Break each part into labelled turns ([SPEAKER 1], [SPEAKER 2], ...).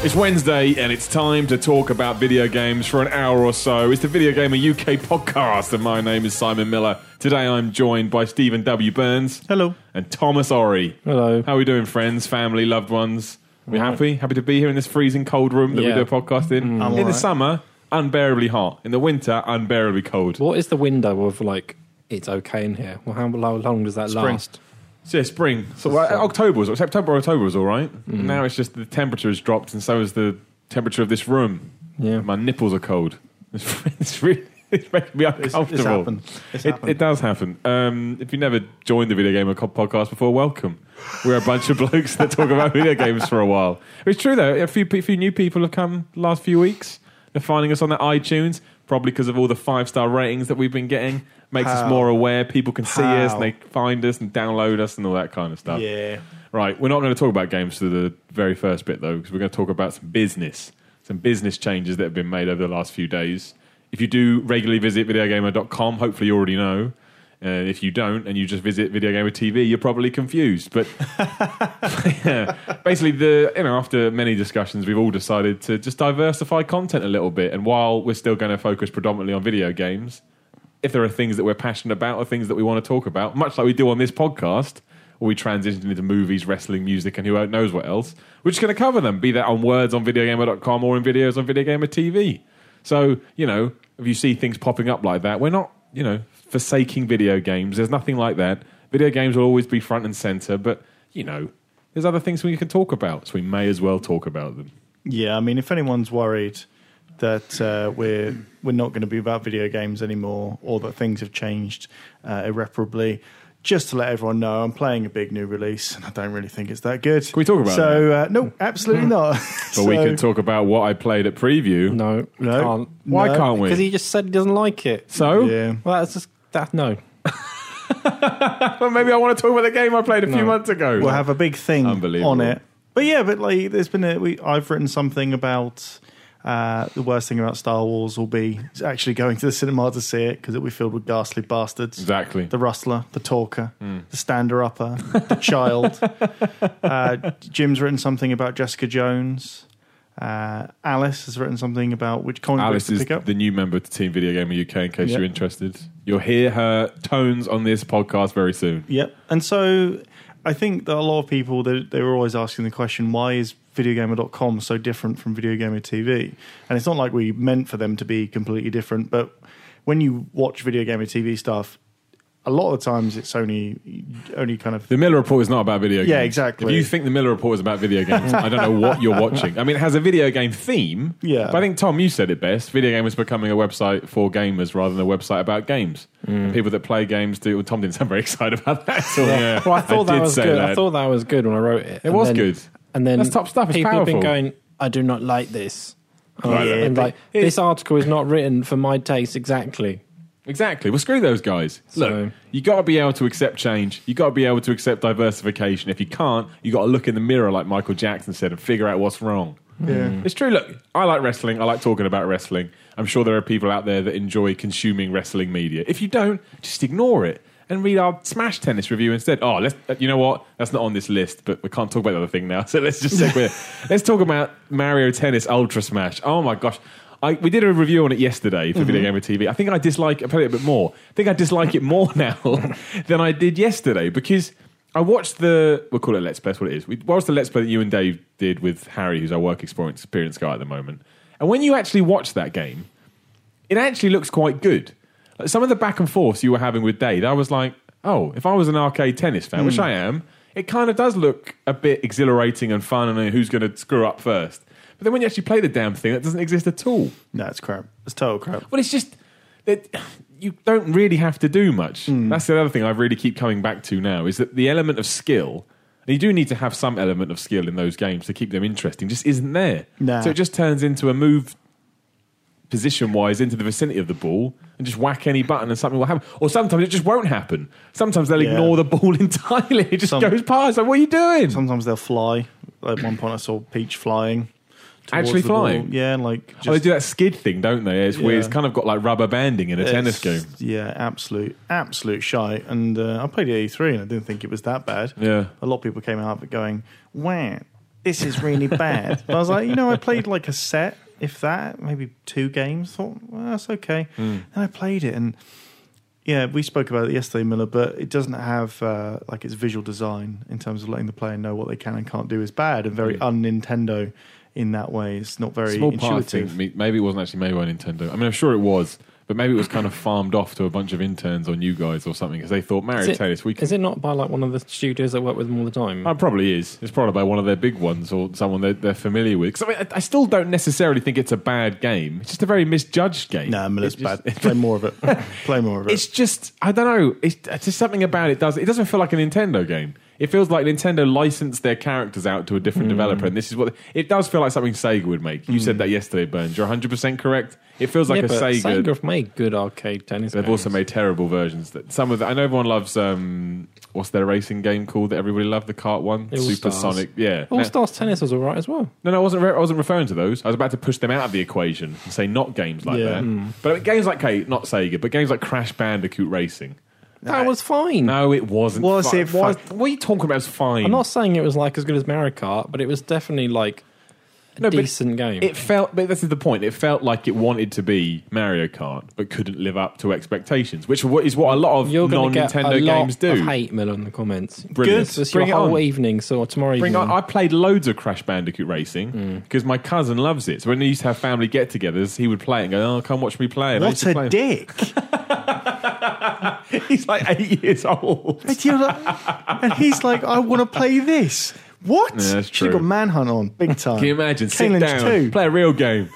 [SPEAKER 1] It's Wednesday and it's time to talk about video games for an hour or so. It's the Video Gamer UK podcast, and my name is Simon Miller. Today I'm joined by Stephen W. Burns.
[SPEAKER 2] Hello.
[SPEAKER 1] And Thomas Ori.
[SPEAKER 3] Hello.
[SPEAKER 1] How are we doing, friends, family, loved ones? Are we happy? Happy to be here in this freezing cold room that we
[SPEAKER 3] Yeah.
[SPEAKER 1] do a podcast in? in the
[SPEAKER 2] alright.
[SPEAKER 1] summer, unbearably hot. In the winter, unbearably cold.
[SPEAKER 3] What is the window of like it's okay in here? Well, how, how long does that
[SPEAKER 2] Spring.
[SPEAKER 3] last?
[SPEAKER 1] So yeah, spring. So well, October was September. October was all right.
[SPEAKER 2] Mm-hmm.
[SPEAKER 1] Now it's just the temperature has dropped, and so has the temperature of this room.
[SPEAKER 3] Yeah.
[SPEAKER 1] my nipples are cold. It's, it's really it's making me
[SPEAKER 2] It's,
[SPEAKER 1] uncomfortable.
[SPEAKER 2] it's happened. It's
[SPEAKER 1] It,
[SPEAKER 2] happened.
[SPEAKER 1] it does happen. Um, if you never joined the Video Gamer Co- podcast before, welcome. We're a bunch of blokes that talk about video games for a while. It's true though. A few, pe- few new people have come last few weeks. They're finding us on their iTunes, probably because of all the five star ratings that we've been getting. Makes us
[SPEAKER 2] How?
[SPEAKER 1] more aware. People can see us
[SPEAKER 2] How?
[SPEAKER 1] and they find us and download us and all that kind of stuff.
[SPEAKER 2] yeah.
[SPEAKER 1] Right, we're not going to talk about games to the very first bit though, because we're going to talk about some business, some business changes that have been made over the last few days. If you do regularly visit videogamer.com, hopefully you already know. Uh, if you don't and you just visit Videogamer TV, you're probably confused. But yeah, basically, the you know after many discussions, we've all decided to just diversify content a little bit. And while we're still going to focus predominantly on video games, if there are things that we're passionate about or things that we want to talk about, much like we do on this podcast, or we transition into movies, wrestling, music, and who knows what else, we're just going to cover them, be that on words on videogamer.com or in videos on videogamer TV. So, you know, if you see things popping up like that, we're not, you know, forsaking video games. There's nothing like that. Video games will always be front and center, but, you know, there's other things we can talk about, so we may as well talk about them.
[SPEAKER 2] Yeah, I mean, if anyone's worried that uh, we're we're not going to be about video games anymore, or that things have changed uh, irreparably, just to let everyone know, I'm playing a big new release, and I don't really think it's that good. Can
[SPEAKER 1] we talk about
[SPEAKER 2] So uh, no, absolutely not.
[SPEAKER 1] But we can talk about what I played at preview.
[SPEAKER 3] No,
[SPEAKER 2] No.
[SPEAKER 3] can't.
[SPEAKER 1] Why
[SPEAKER 2] No,
[SPEAKER 1] can't
[SPEAKER 3] Because
[SPEAKER 1] we?
[SPEAKER 3] he just said he doesn't like it.
[SPEAKER 1] so,
[SPEAKER 2] Yeah.
[SPEAKER 3] Well, that's just that. No,
[SPEAKER 1] Well, maybe I want to talk about the game I played a few
[SPEAKER 3] No.
[SPEAKER 1] months ago.
[SPEAKER 2] We'll have a big thing
[SPEAKER 1] Unbelievable.
[SPEAKER 2] on it. But yeah, but like there's been a we I've written something about uh, the worst thing about Star Wars will be actually going to the cinema to see it because it'll be filled with ghastly bastards.
[SPEAKER 1] exactly.
[SPEAKER 2] The rustler, the talker,
[SPEAKER 1] Hmm.
[SPEAKER 2] the stander upper, the child. Uh, Jim's written something about Jessica Jones. Uh, Alice has written something about which comic books
[SPEAKER 1] Alice
[SPEAKER 2] to
[SPEAKER 1] is
[SPEAKER 2] pick up.
[SPEAKER 1] the new member to Team Video Gamer UK. In case
[SPEAKER 2] Yep.
[SPEAKER 1] you're interested, you'll hear her tones on this podcast very soon.
[SPEAKER 2] Yep. And so I think that a lot of people they, they were always asking the question, why is videogamer.com so different from videogamer TV? And it's not like we meant for them to be completely different, but when you watch videogamer TV stuff, a lot of times it's only only kind of
[SPEAKER 1] The Miller Report is not about video games.
[SPEAKER 2] Yeah, exactly.
[SPEAKER 1] If you think the Miller Report is about video games, I don't know what you're watching. I mean, it has a video game theme.
[SPEAKER 2] Yeah.
[SPEAKER 1] But I think, Tom, you said it best. Video game is becoming a website for gamers rather than a website about games. And people that play games do. Well, Tom didn't sound very excited about that. So, Oh, yeah.
[SPEAKER 3] well, I thought that
[SPEAKER 1] did
[SPEAKER 3] was
[SPEAKER 1] say
[SPEAKER 3] good.
[SPEAKER 1] that.
[SPEAKER 3] I thought that was good when I wrote it. It
[SPEAKER 1] was good.
[SPEAKER 3] And then
[SPEAKER 1] That's top stuff. It's
[SPEAKER 3] people have
[SPEAKER 1] powerful.
[SPEAKER 3] been going. I do not like this. And
[SPEAKER 1] Right.
[SPEAKER 3] I- and
[SPEAKER 2] Yeah,
[SPEAKER 3] like this article is not written for my taste exactly.
[SPEAKER 1] Exactly. Well, screw those guys. Look,
[SPEAKER 3] So-
[SPEAKER 1] you got to be able to accept change. You got to be able to accept diversification. If you can't, you got to look in the mirror, like Michael Jackson said, and figure out what's wrong.
[SPEAKER 2] Yeah.
[SPEAKER 1] It's true. Look, I like wrestling. I like talking about wrestling. I'm sure there are people out there that enjoy consuming wrestling media. If you don't, just ignore it and read our Smash Tennis review instead. Oh, let's. uh, You know what? That's not on this list, but we can't talk about the other thing now. So let's just stick with it. Let's talk about Mario Tennis Ultra Smash. Oh my gosh. I, we did a review on it yesterday for Video Gamer TV. I think I dislike I played it a bit more. I think I dislike it more now than I did yesterday because I watched the we'll call it Let's Play. That's what it is. We watched the Let's Play that you and Dave did with Harry, who's our work experience, experience guy at the moment. And when you actually watch that game, it actually looks quite good. Like, some of the back and forths you were having with Dave, I was like, oh, if I was an arcade tennis fan, which I am, it kind of does look a bit exhilarating and fun, and who's going to screw up first. But then when you actually play the damn thing, that doesn't exist at all.
[SPEAKER 2] No, it's crap. It's total crap.
[SPEAKER 1] Well, it's just that you don't really have to do much.
[SPEAKER 2] Hmm.
[SPEAKER 1] That's the other thing I really keep coming back to now is that the element of skill, and you do need to have some element of skill in those games to keep them interesting, just isn't there.
[SPEAKER 2] Nah.
[SPEAKER 1] So it just turns into a move position wise into the vicinity of the ball and just whack any button and something will happen. Or sometimes it just won't happen. Sometimes they'll
[SPEAKER 2] Yeah.
[SPEAKER 1] ignore the ball entirely. It just
[SPEAKER 2] Some-
[SPEAKER 1] goes past. Like, what are you doing?
[SPEAKER 2] Sometimes they'll fly. At one point, I saw Peach flying. towards
[SPEAKER 1] Actually
[SPEAKER 2] the ball.
[SPEAKER 1] flying?
[SPEAKER 2] Yeah, and like just
[SPEAKER 1] oh, they do that skid thing, don't they? It's weird.
[SPEAKER 2] Yeah.
[SPEAKER 1] It's kind of got like rubber banding in a tennis game.
[SPEAKER 2] It's- Yeah, absolute, absolute shite. And uh, I played E3 and I didn't think it was that bad.
[SPEAKER 1] Yeah.
[SPEAKER 2] A lot of people came out of it going, wow, this is really bad. But I was like, you know, I played like a set, if that, maybe two games. Thought, well, that's okay.
[SPEAKER 1] Mm.
[SPEAKER 2] And I played it, and yeah, we spoke about it yesterday, Miller. But it doesn't have uh, like its visual design in terms of letting the player know what they can and can't do is bad, and very
[SPEAKER 1] Yeah.
[SPEAKER 2] un Nintendo in that way. It's not very
[SPEAKER 1] Hmm. Small part, I
[SPEAKER 2] intuitive.
[SPEAKER 1] think, me- maybe it wasn't actually made by Nintendo. I mean, I'm sure it was, but maybe it was kind of farmed off to a bunch of interns or new guys or something because they thought Mario
[SPEAKER 3] Is it-
[SPEAKER 1] Tennis. We can,
[SPEAKER 3] Is it not by like one of the studios that work with them all the time?
[SPEAKER 1] Oh, it probably is. It's probably by one of their big ones or someone they're, they're familiar with. 'Cause I, mean, I, I still don't necessarily think it's a bad game. It's just a very misjudged game.
[SPEAKER 2] Nah, Miller's
[SPEAKER 1] It's just-
[SPEAKER 2] bad. Play more of it. Play more of it.
[SPEAKER 1] It's just I don't know. It's, it's just something about it does. It doesn't feel like a Nintendo game. It feels like Nintendo licensed their characters out to a different
[SPEAKER 3] Hmm.
[SPEAKER 1] developer, and this is what it does feel like something Sega would make. You said that yesterday, Burns. You're 100 percent correct. It feels like
[SPEAKER 3] yeah,
[SPEAKER 1] a
[SPEAKER 3] but
[SPEAKER 1] Sega.
[SPEAKER 3] Sega have made good arcade tennis.
[SPEAKER 1] They've also
[SPEAKER 3] games.
[SPEAKER 1] made terrible versions. That some of the, I know everyone loves. Um, what's their racing game called that everybody loved? The kart one,
[SPEAKER 3] All
[SPEAKER 1] Super
[SPEAKER 3] Stars.
[SPEAKER 1] Sonic. Yeah,
[SPEAKER 3] All
[SPEAKER 1] No-
[SPEAKER 3] Stars Tennis was all right as well.
[SPEAKER 1] no, no, I wasn't. Re- I wasn't referring to those. I was about to push them out of the equation and say not games like
[SPEAKER 2] Yeah.
[SPEAKER 1] that.
[SPEAKER 3] Hmm.
[SPEAKER 1] But games like okay, not Sega, but games like Crash Bandicoot Racing.
[SPEAKER 3] That was fine.
[SPEAKER 1] No, it wasn't.
[SPEAKER 2] Well, I
[SPEAKER 1] fi-
[SPEAKER 2] say it
[SPEAKER 1] why-
[SPEAKER 2] fu-
[SPEAKER 1] what are you talking about? It's fine.
[SPEAKER 3] I'm not saying it was like as good as Mario Kart, but it was definitely like a
[SPEAKER 1] No, but
[SPEAKER 3] decent game.
[SPEAKER 1] It felt, but this is the point. It felt like it wanted to be Mario Kart, but couldn't live up to expectations, which wa- is what a lot of
[SPEAKER 3] You're going to get a
[SPEAKER 1] non-Nintendo
[SPEAKER 3] lot
[SPEAKER 1] games do.
[SPEAKER 3] of hate mail in the comments.
[SPEAKER 1] Brilliant.
[SPEAKER 3] It's just
[SPEAKER 1] Bring
[SPEAKER 3] your
[SPEAKER 1] it
[SPEAKER 3] whole
[SPEAKER 1] on.
[SPEAKER 3] evening, so tomorrow
[SPEAKER 1] Bring on,
[SPEAKER 3] evening.
[SPEAKER 1] I played loads of Crash Bandicoot
[SPEAKER 2] Mm.
[SPEAKER 1] Racing because my cousin loves it. So when he used to have family get-togethers, he would play it and go, "Oh, come watch me play." And I used
[SPEAKER 2] what
[SPEAKER 1] to play
[SPEAKER 2] a dick.
[SPEAKER 1] He's like eight years old.
[SPEAKER 2] And you're like- and he's like, I want to play this. What?
[SPEAKER 1] Yeah, that's
[SPEAKER 2] She
[SPEAKER 1] true.
[SPEAKER 2] got Manhunt on big time.
[SPEAKER 1] Can you imagine? Sit
[SPEAKER 2] Kalen's
[SPEAKER 1] down,
[SPEAKER 2] two.
[SPEAKER 1] play a real game.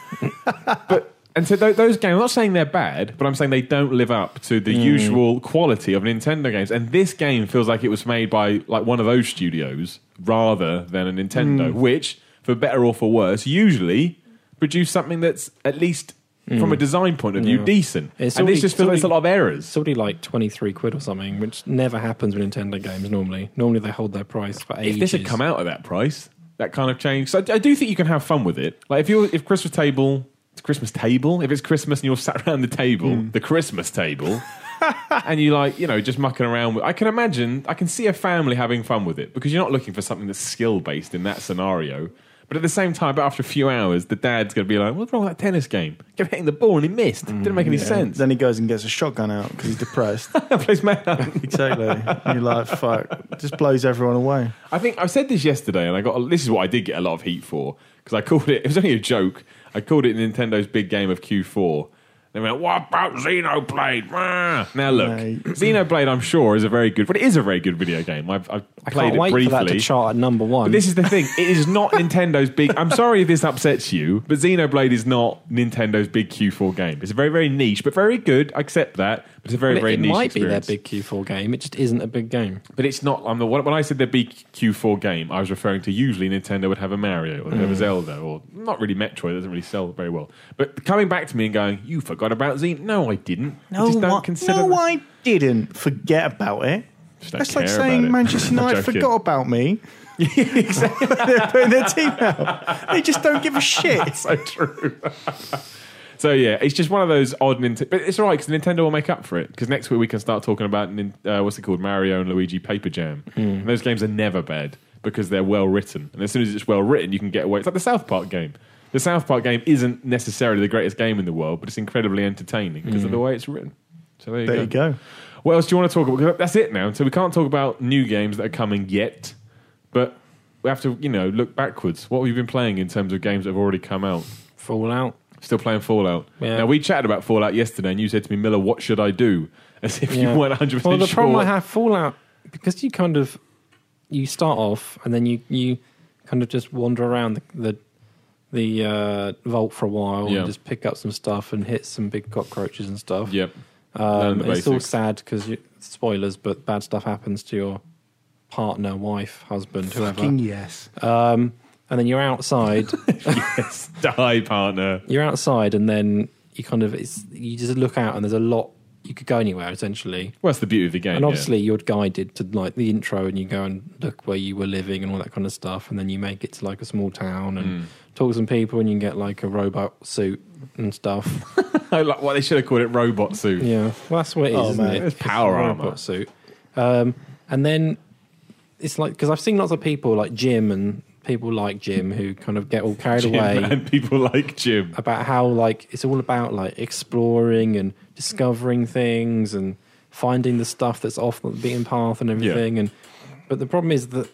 [SPEAKER 1] but and so tho- those games. I'm not saying they're bad, but I'm saying they don't live up to
[SPEAKER 3] Hmm.
[SPEAKER 1] the usual quality of Nintendo games. And this game feels like it was made by like one of those studios rather than a Nintendo,
[SPEAKER 3] Hmm.
[SPEAKER 1] which, for better or for worse, usually produce something that's at least from a design point of view
[SPEAKER 3] Hmm. Yeah.
[SPEAKER 1] decent.
[SPEAKER 3] It's
[SPEAKER 1] and
[SPEAKER 3] already-
[SPEAKER 1] this just feels like
[SPEAKER 3] it's
[SPEAKER 1] there's a lot of
[SPEAKER 3] It's
[SPEAKER 1] errors.
[SPEAKER 3] already like 23 quid or something, which never happens with Nintendo games normally. Normally they hold their price for ages.
[SPEAKER 1] If this had come out at that price, that kind of change. So I, I do think you can have fun with it. Like if you are if Christmas table, it's Christmas table. If it's Christmas and you're sat around the table, the Christmas table, and you like you know just mucking around. With, I can imagine. I can see a family having fun with it because you're not looking for something that's skill based in that scenario. But at the same time, but after a few hours, the dad's going to be like, "What's wrong with that tennis game? Kept hitting the ball and he missed. Didn't make any sense."
[SPEAKER 2] Then he goes and gets a shotgun out because he's depressed.
[SPEAKER 1] Plays man.
[SPEAKER 2] exactly. And you're like, fuck. Just blows everyone away.
[SPEAKER 1] I think I said this yesterday, and I got this is what I did get a lot of heat for because I called it. It was only a joke. I called it Nintendo's big game of Q4. They went, "What about Xenoblade?" Rah." Now look,
[SPEAKER 2] Mate.
[SPEAKER 1] Xenoblade, I'm sure is a very good, but it is a very good video game. I've, I've
[SPEAKER 3] I
[SPEAKER 1] played
[SPEAKER 3] can't wait
[SPEAKER 1] it briefly.
[SPEAKER 3] for that to chart at number one.
[SPEAKER 1] But this is the thing. It is not Nintendo's big. I'm sorry if this upsets you, but Xenoblade is not Nintendo's big Q4 game. It's a very, very niche, but very good. I accept that. But it's a very,
[SPEAKER 3] But
[SPEAKER 1] very
[SPEAKER 3] it
[SPEAKER 1] niche.
[SPEAKER 3] might
[SPEAKER 1] experience.
[SPEAKER 3] be their big Q4 game. It just isn't a big game.
[SPEAKER 1] But it's not. I'm the when I said the BQ4 game, I was referring to usually Nintendo would have a Mario or they'd have
[SPEAKER 2] Mm.
[SPEAKER 1] a Zelda or not really Metroid. It doesn't really sell very well. But coming back to me and going, you forgot about Xen? No, I didn't. I just don't
[SPEAKER 2] I,
[SPEAKER 1] consider.
[SPEAKER 2] no
[SPEAKER 1] that-
[SPEAKER 2] I didn't. Forget about it.
[SPEAKER 1] Just don't
[SPEAKER 2] That's like
[SPEAKER 1] care about it.
[SPEAKER 2] saying Manchester
[SPEAKER 1] I'm
[SPEAKER 2] United
[SPEAKER 1] joking.
[SPEAKER 2] forgot about me. They're putting their team out. They just don't give a shit.
[SPEAKER 1] So true. so yeah, it's just one of those odd. Nint- but it's all right because Nintendo will make up for it because next week we can start talking about nin- uh, what's it called, Mario and Luigi Paper Jam. And those games are never bad because they're well written, and as soon as it's well written, you can get away. It's like the South Park game. The South Park game isn't necessarily the greatest game in the world, but it's incredibly entertaining because of the way it's written. So there you
[SPEAKER 2] There
[SPEAKER 1] go.
[SPEAKER 2] you go.
[SPEAKER 1] What else do you want to talk about? 'Cause That's it now. So we can't talk about new games that are coming yet, but we have to, you know, look backwards. What have you been playing in terms of games that have already come out?
[SPEAKER 3] Fallout.
[SPEAKER 1] Still playing Fallout.
[SPEAKER 3] Yeah.
[SPEAKER 1] Now we chatted about Fallout yesterday, and you said to me, Miller, what should I do? As if
[SPEAKER 3] Yeah.
[SPEAKER 1] you weren't 100 percent
[SPEAKER 3] Well, the
[SPEAKER 1] sure.
[SPEAKER 3] problem I have Fallout because you kind of you start off and then you you kind of just wander around the the, the uh, vault for a while
[SPEAKER 1] Yeah.
[SPEAKER 3] and just pick up some stuff and hit some big cockroaches and stuff.
[SPEAKER 1] Yep. Learn
[SPEAKER 3] Um,
[SPEAKER 1] the
[SPEAKER 3] it's all
[SPEAKER 1] basics.
[SPEAKER 3] sad because spoilers, but bad stuff happens to your partner, wife, husband,
[SPEAKER 2] Fucking
[SPEAKER 3] whoever.
[SPEAKER 2] yes.
[SPEAKER 3] Um, and then you're outside.
[SPEAKER 1] yes. Die, partner.
[SPEAKER 3] you're outside, and then you kind of it's you just look out, and there's a lot you could go anywhere essentially.
[SPEAKER 1] Well, that's the beauty of the game.
[SPEAKER 3] And
[SPEAKER 1] yeah.
[SPEAKER 3] obviously, you're guided to like the intro, and you go and look where you were living and all that kind of stuff. And then you make it to like a small town
[SPEAKER 1] Mm.
[SPEAKER 3] and talk to some people, and you get like a robot suit and stuff.
[SPEAKER 1] I like what they should have called it, robot suit.
[SPEAKER 3] yeah, well, that's what it is,
[SPEAKER 2] Oh,
[SPEAKER 3] isn't
[SPEAKER 2] man.
[SPEAKER 3] it?
[SPEAKER 1] It's power
[SPEAKER 3] a
[SPEAKER 1] armor.
[SPEAKER 3] robot suit. Um, and then it's like because I've seen lots of people like Jim and people like Jim who kind of get all carried
[SPEAKER 1] Jim
[SPEAKER 3] away
[SPEAKER 1] and people like Jim.
[SPEAKER 3] about how like it's all about like exploring and discovering things and finding the stuff that's off the beaten path and everything and but the problem is that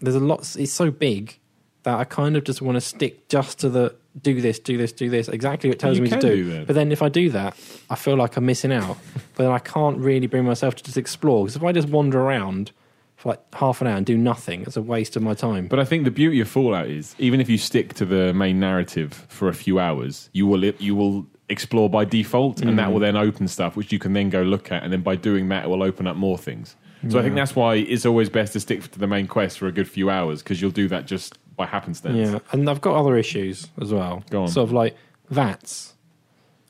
[SPEAKER 3] there's a lot it's so big that I kind of just want to stick just to the do this do this do this exactly what it tells
[SPEAKER 1] You
[SPEAKER 3] me to
[SPEAKER 1] can
[SPEAKER 3] do,
[SPEAKER 1] do that.
[SPEAKER 3] but then if I do that I feel like I'm missing out but then I can't really bring myself to just explore because if I just wander around for like half an hour and do nothing it's a waste of my time
[SPEAKER 1] But I think the beauty of Fallout is even if you stick to the main narrative for a few hours, you will you will explore by default, and
[SPEAKER 3] Mm.
[SPEAKER 1] that will then open stuff which you can then go look at, and then by doing that, it will open up more things. So I think that's why it's always best to stick to the main quest for a good few hours because you'll do that just by happenstance.
[SPEAKER 3] Yeah, and I've got other issues as well.
[SPEAKER 1] Go on.
[SPEAKER 3] Sort of like VATS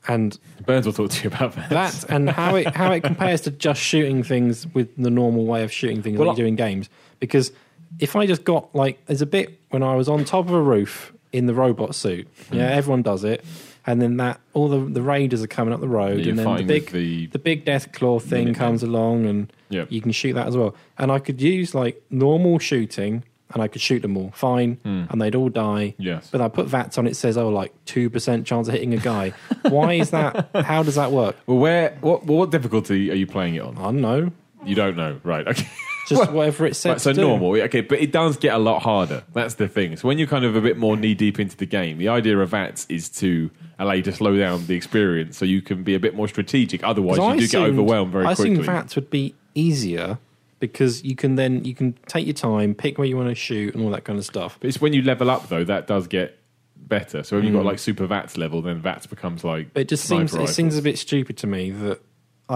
[SPEAKER 3] and
[SPEAKER 1] Burns will talk to you about that.
[SPEAKER 3] that and how it how it compares to just shooting things with the normal way of shooting things
[SPEAKER 1] Well,
[SPEAKER 3] like you do in games. Because if I just got like there's a bit when I was on top of a roof in the robot suit. Yeah,
[SPEAKER 1] Hmm.
[SPEAKER 3] everyone does it. And then that all the the raiders are coming up the road
[SPEAKER 1] You're
[SPEAKER 3] and then the
[SPEAKER 1] fighting with
[SPEAKER 3] big
[SPEAKER 1] the,
[SPEAKER 3] the big death claw thing
[SPEAKER 1] Minutemen.
[SPEAKER 3] comes along and
[SPEAKER 1] Yep.
[SPEAKER 3] you can shoot that as well and i could use like normal shooting and i could shoot them all fine and they'd all die
[SPEAKER 1] Hmm. Yes.
[SPEAKER 3] but i put vats on it says oh like 2% chance of hitting a guy why is that how does that work
[SPEAKER 1] Well, where what what difficulty are you playing it on?
[SPEAKER 3] i don't know
[SPEAKER 1] You don't know, right? Okay.
[SPEAKER 3] just whatever it says
[SPEAKER 1] Right, so
[SPEAKER 3] to do.
[SPEAKER 1] normal, okay, but it does get a lot harder. That's the thing. So when you're kind of a bit more knee deep into the game, the idea of VATS is to allow you to slow down the experience so you can be a bit more strategic. Otherwise,
[SPEAKER 3] 'Cause
[SPEAKER 1] you
[SPEAKER 3] I
[SPEAKER 1] do get
[SPEAKER 3] assumed-
[SPEAKER 1] overwhelmed very
[SPEAKER 3] i
[SPEAKER 1] quickly.
[SPEAKER 3] assume vats would be easier because you can then you can take your time pick where you want to shoot and all that kind of stuff
[SPEAKER 1] But it's when you level up though that does get better. So when you've got like super VATS level, then VATS becomes like.
[SPEAKER 3] But Mm. it just
[SPEAKER 1] sniper
[SPEAKER 3] seems it
[SPEAKER 1] rifle.
[SPEAKER 3] seems a bit stupid to me that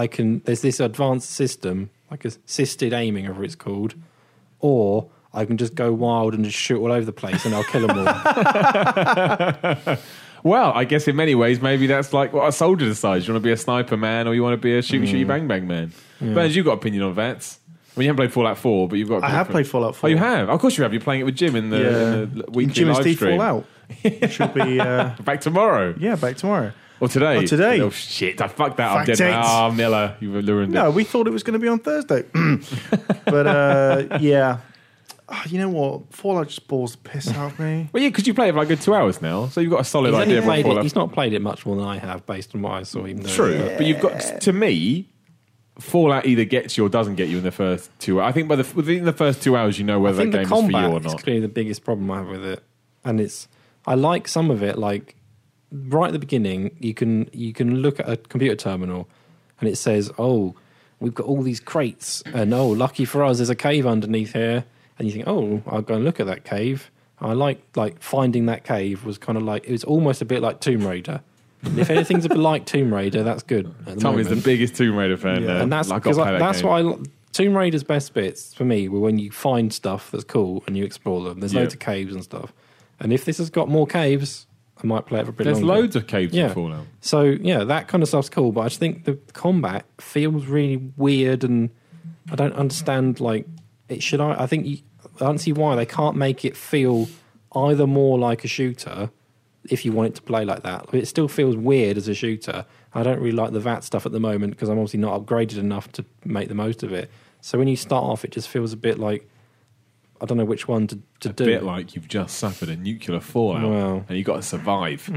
[SPEAKER 3] I can. There's this advanced system, like assisted aiming, or whatever it's called, or I can just go wild and just shoot all over the place and I'll kill them all.
[SPEAKER 1] Well, I guess in many ways, maybe that's like what a soldier decides. You want to be a sniper man, or you want to be a shoot
[SPEAKER 3] Mm.
[SPEAKER 1] shooty bang bang man. Burns, you've got opinion on VATS. I mean, you haven't played Fallout Four, but you've got.
[SPEAKER 2] I have played Fallout 4.
[SPEAKER 1] Oh, you have. Of course, you have. You're playing it with Jim in the, in the weekly
[SPEAKER 2] Jim
[SPEAKER 1] live
[SPEAKER 2] and Steve
[SPEAKER 1] stream.
[SPEAKER 2] Fallout. Should be, uh,
[SPEAKER 1] Back tomorrow
[SPEAKER 2] yeah, back tomorrow.
[SPEAKER 1] or today?
[SPEAKER 2] Or today.
[SPEAKER 1] Oh shit! I fucked that
[SPEAKER 2] Fact
[SPEAKER 1] up. Didn't
[SPEAKER 2] checked.
[SPEAKER 1] I? Ah, Miller, you were luring
[SPEAKER 2] No, we thought it was going to be on Thursday. but uh, yeah. Ah, you know what? Fallout just bores the piss out of me.
[SPEAKER 1] Well, yeah, because you play it for like a good two hours now, so you've got a solid
[SPEAKER 3] He's, only
[SPEAKER 1] idea.
[SPEAKER 3] played
[SPEAKER 1] before
[SPEAKER 3] it,
[SPEAKER 1] that.
[SPEAKER 3] he's not played it much more than I have, based on what I saw. Even though
[SPEAKER 1] True, but you've got to me. Fallout either gets you or doesn't get you in the first two. I think by the within the first two hours, you know
[SPEAKER 3] I
[SPEAKER 1] whether that
[SPEAKER 3] think the
[SPEAKER 1] game is for you or
[SPEAKER 3] combat is
[SPEAKER 1] not.
[SPEAKER 3] clearly the biggest problem I have with it, and it's I like some of it. Like right at the beginning, you can you can look at a computer terminal, and it says, "Oh, we've got all these crates, and oh, lucky for us, there's a cave underneath here." And you think, "Oh, I'll go and look at that cave." I like like finding that cave was kind of like it was almost a bit like Tomb Raider. And if anything's a bit like Tomb Raider, that's good. at the
[SPEAKER 1] Tommy's the
[SPEAKER 3] moment
[SPEAKER 1] biggest Tomb Raider fan,
[SPEAKER 2] Yeah.
[SPEAKER 1] there.
[SPEAKER 3] and that's
[SPEAKER 1] uh, Like, I've
[SPEAKER 3] because
[SPEAKER 1] got to play
[SPEAKER 3] I-
[SPEAKER 1] that
[SPEAKER 3] that's
[SPEAKER 1] game.
[SPEAKER 3] why I lo- Tomb Raider's best bits for me were when you find stuff that's cool and you explore them. There's
[SPEAKER 1] Yeah.
[SPEAKER 3] loads of caves and stuff, and if this has got more caves, I might play it for a bit
[SPEAKER 1] There's
[SPEAKER 3] longer.
[SPEAKER 1] loads of caves in
[SPEAKER 3] Yeah.
[SPEAKER 1] Fallout.
[SPEAKER 3] So yeah, that kind of stuff's cool, but I just think the combat feels really weird, and I don't understand. Like, it should I? I think you, I don't see why they can't make it feel either more like a shooter if you want it to play like that. It still feels weird as a shooter. I don't really like the VAT stuff at the moment because I'm obviously not upgraded enough to make the most of it. So when you start off, it just feels a bit like I don't know which one to, to
[SPEAKER 1] a
[SPEAKER 3] do.
[SPEAKER 1] bit like you've just suffered a nuclear fallout
[SPEAKER 3] Well.
[SPEAKER 1] and you got to survive.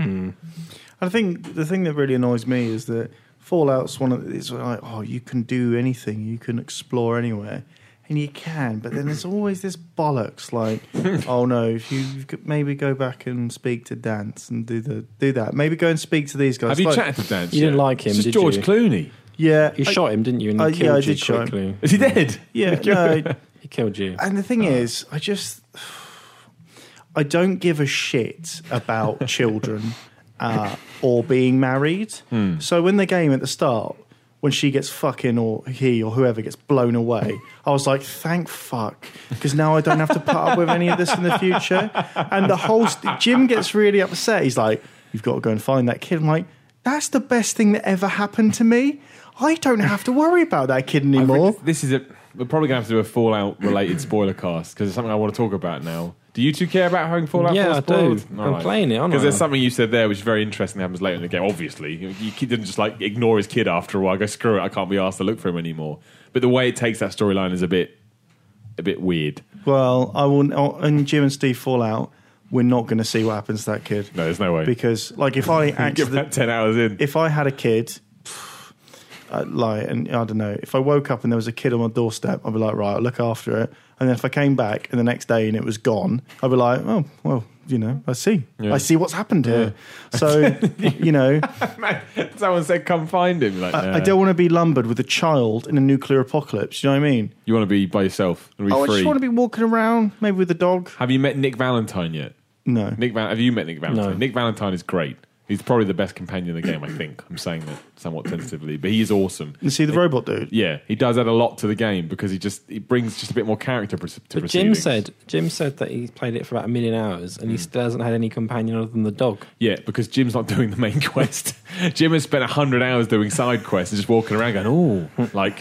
[SPEAKER 2] I think the thing that really annoys me is that Fallout's one of it's like oh you can do anything, you can explore anywhere, and you can, but then there's always this bollocks like oh no if you you could maybe go back and speak to Dance and do the do that maybe go and speak to these guys.
[SPEAKER 1] Have you
[SPEAKER 2] Like,
[SPEAKER 1] chatted to Dan?
[SPEAKER 3] You didn't like him,
[SPEAKER 1] It's just
[SPEAKER 3] did
[SPEAKER 1] George
[SPEAKER 3] you?
[SPEAKER 1] Clooney.
[SPEAKER 2] Yeah,
[SPEAKER 3] you
[SPEAKER 2] I-
[SPEAKER 3] shot him, didn't you? And he
[SPEAKER 2] Uh, yeah,
[SPEAKER 3] killed
[SPEAKER 2] I
[SPEAKER 3] you
[SPEAKER 2] did shoot him.
[SPEAKER 3] quickly.
[SPEAKER 1] Is he dead?
[SPEAKER 2] Yeah, no,
[SPEAKER 3] He killed you.
[SPEAKER 2] And the thing is, I just I don't give a shit about children uh, or being married. So when the game at the start, when she gets fucking or he or whoever gets blown away, I was like, thank fuck, because now I don't have to put up with any of this in the future. And the whole st- Jim gets really upset. He's like, you've got to go and find that kid. I'm like, that's the best thing that ever happened to me. I don't have to worry about that kid
[SPEAKER 1] I think
[SPEAKER 2] anymore.
[SPEAKER 1] This this is a. We're probably going to have to do a Fallout related spoiler cast because it's something I want to talk about now. Do you two care about having Fallout?
[SPEAKER 3] Yeah,
[SPEAKER 1] 4
[SPEAKER 3] I
[SPEAKER 1] spoiled?
[SPEAKER 3] do. I'm playing it, aren't
[SPEAKER 1] Because
[SPEAKER 3] I?
[SPEAKER 1] there's something you said there which is very interesting. that Happens later in the game. Obviously, you you kid didn't just like ignore his kid after a while. Go screw it. I can't be asked to look for him anymore. But the way it takes that storyline is a bit a bit weird.
[SPEAKER 2] Well, I will. uh, And Jim and Steve fall out. We're not going to see what happens to that kid
[SPEAKER 1] No, there's no way.
[SPEAKER 2] because, like, if I
[SPEAKER 1] Give
[SPEAKER 2] actually,
[SPEAKER 1] that ten hours in.
[SPEAKER 2] if I had a kid, uh, like, and I don't know, if I woke up and there was a kid on my doorstep, I'd be like, right, I'll look after it. And then if I came back and the next day and it was gone, I'd be like, oh, well, you know, I see,
[SPEAKER 1] Yeah.
[SPEAKER 2] I see what's happened here. So, you know,
[SPEAKER 1] Man, someone said, "Come find him." You're Like,
[SPEAKER 2] I, I
[SPEAKER 1] nah.
[SPEAKER 2] don't want to be lumbered with a child in a nuclear apocalypse. You know what I mean?
[SPEAKER 1] You want to be by yourself and be
[SPEAKER 2] Oh, I
[SPEAKER 1] free.
[SPEAKER 2] just want to be walking around, maybe with a dog.
[SPEAKER 1] Have you met Nick Valentine yet?
[SPEAKER 2] No,
[SPEAKER 1] Nick, Val- have you met Nick Valentine?
[SPEAKER 3] No.
[SPEAKER 1] Nick Valentine is great. He's probably the best companion in the game. I think I'm saying that somewhat tentatively, but he is awesome.
[SPEAKER 2] you see the robot dude.
[SPEAKER 1] Yeah, he does add a lot to the game because he just he brings just a bit more character pro- to
[SPEAKER 3] But Jim
[SPEAKER 1] proceedings. Hmm.
[SPEAKER 3] said Jim said that he's played it for about a million hours and he still hasn't had any companion other than the dog.
[SPEAKER 1] Yeah, because Jim's not doing the main quest. Jim has spent 100 hours doing side quests and just walking around going, oh, like,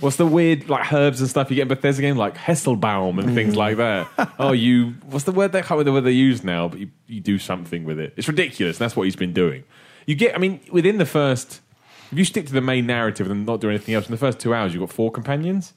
[SPEAKER 1] what's the weird, like, herbs and stuff you get in Bethesda games? Like Hesselbaum and things like that. Oh, you, what's the word? They, I can't remember the word they use now, but you, you do something with it. It's ridiculous. and that's what he's been doing. You get, I mean, within the first, if you stick to the main narrative and not do anything else, in the first two hours, you've got four companions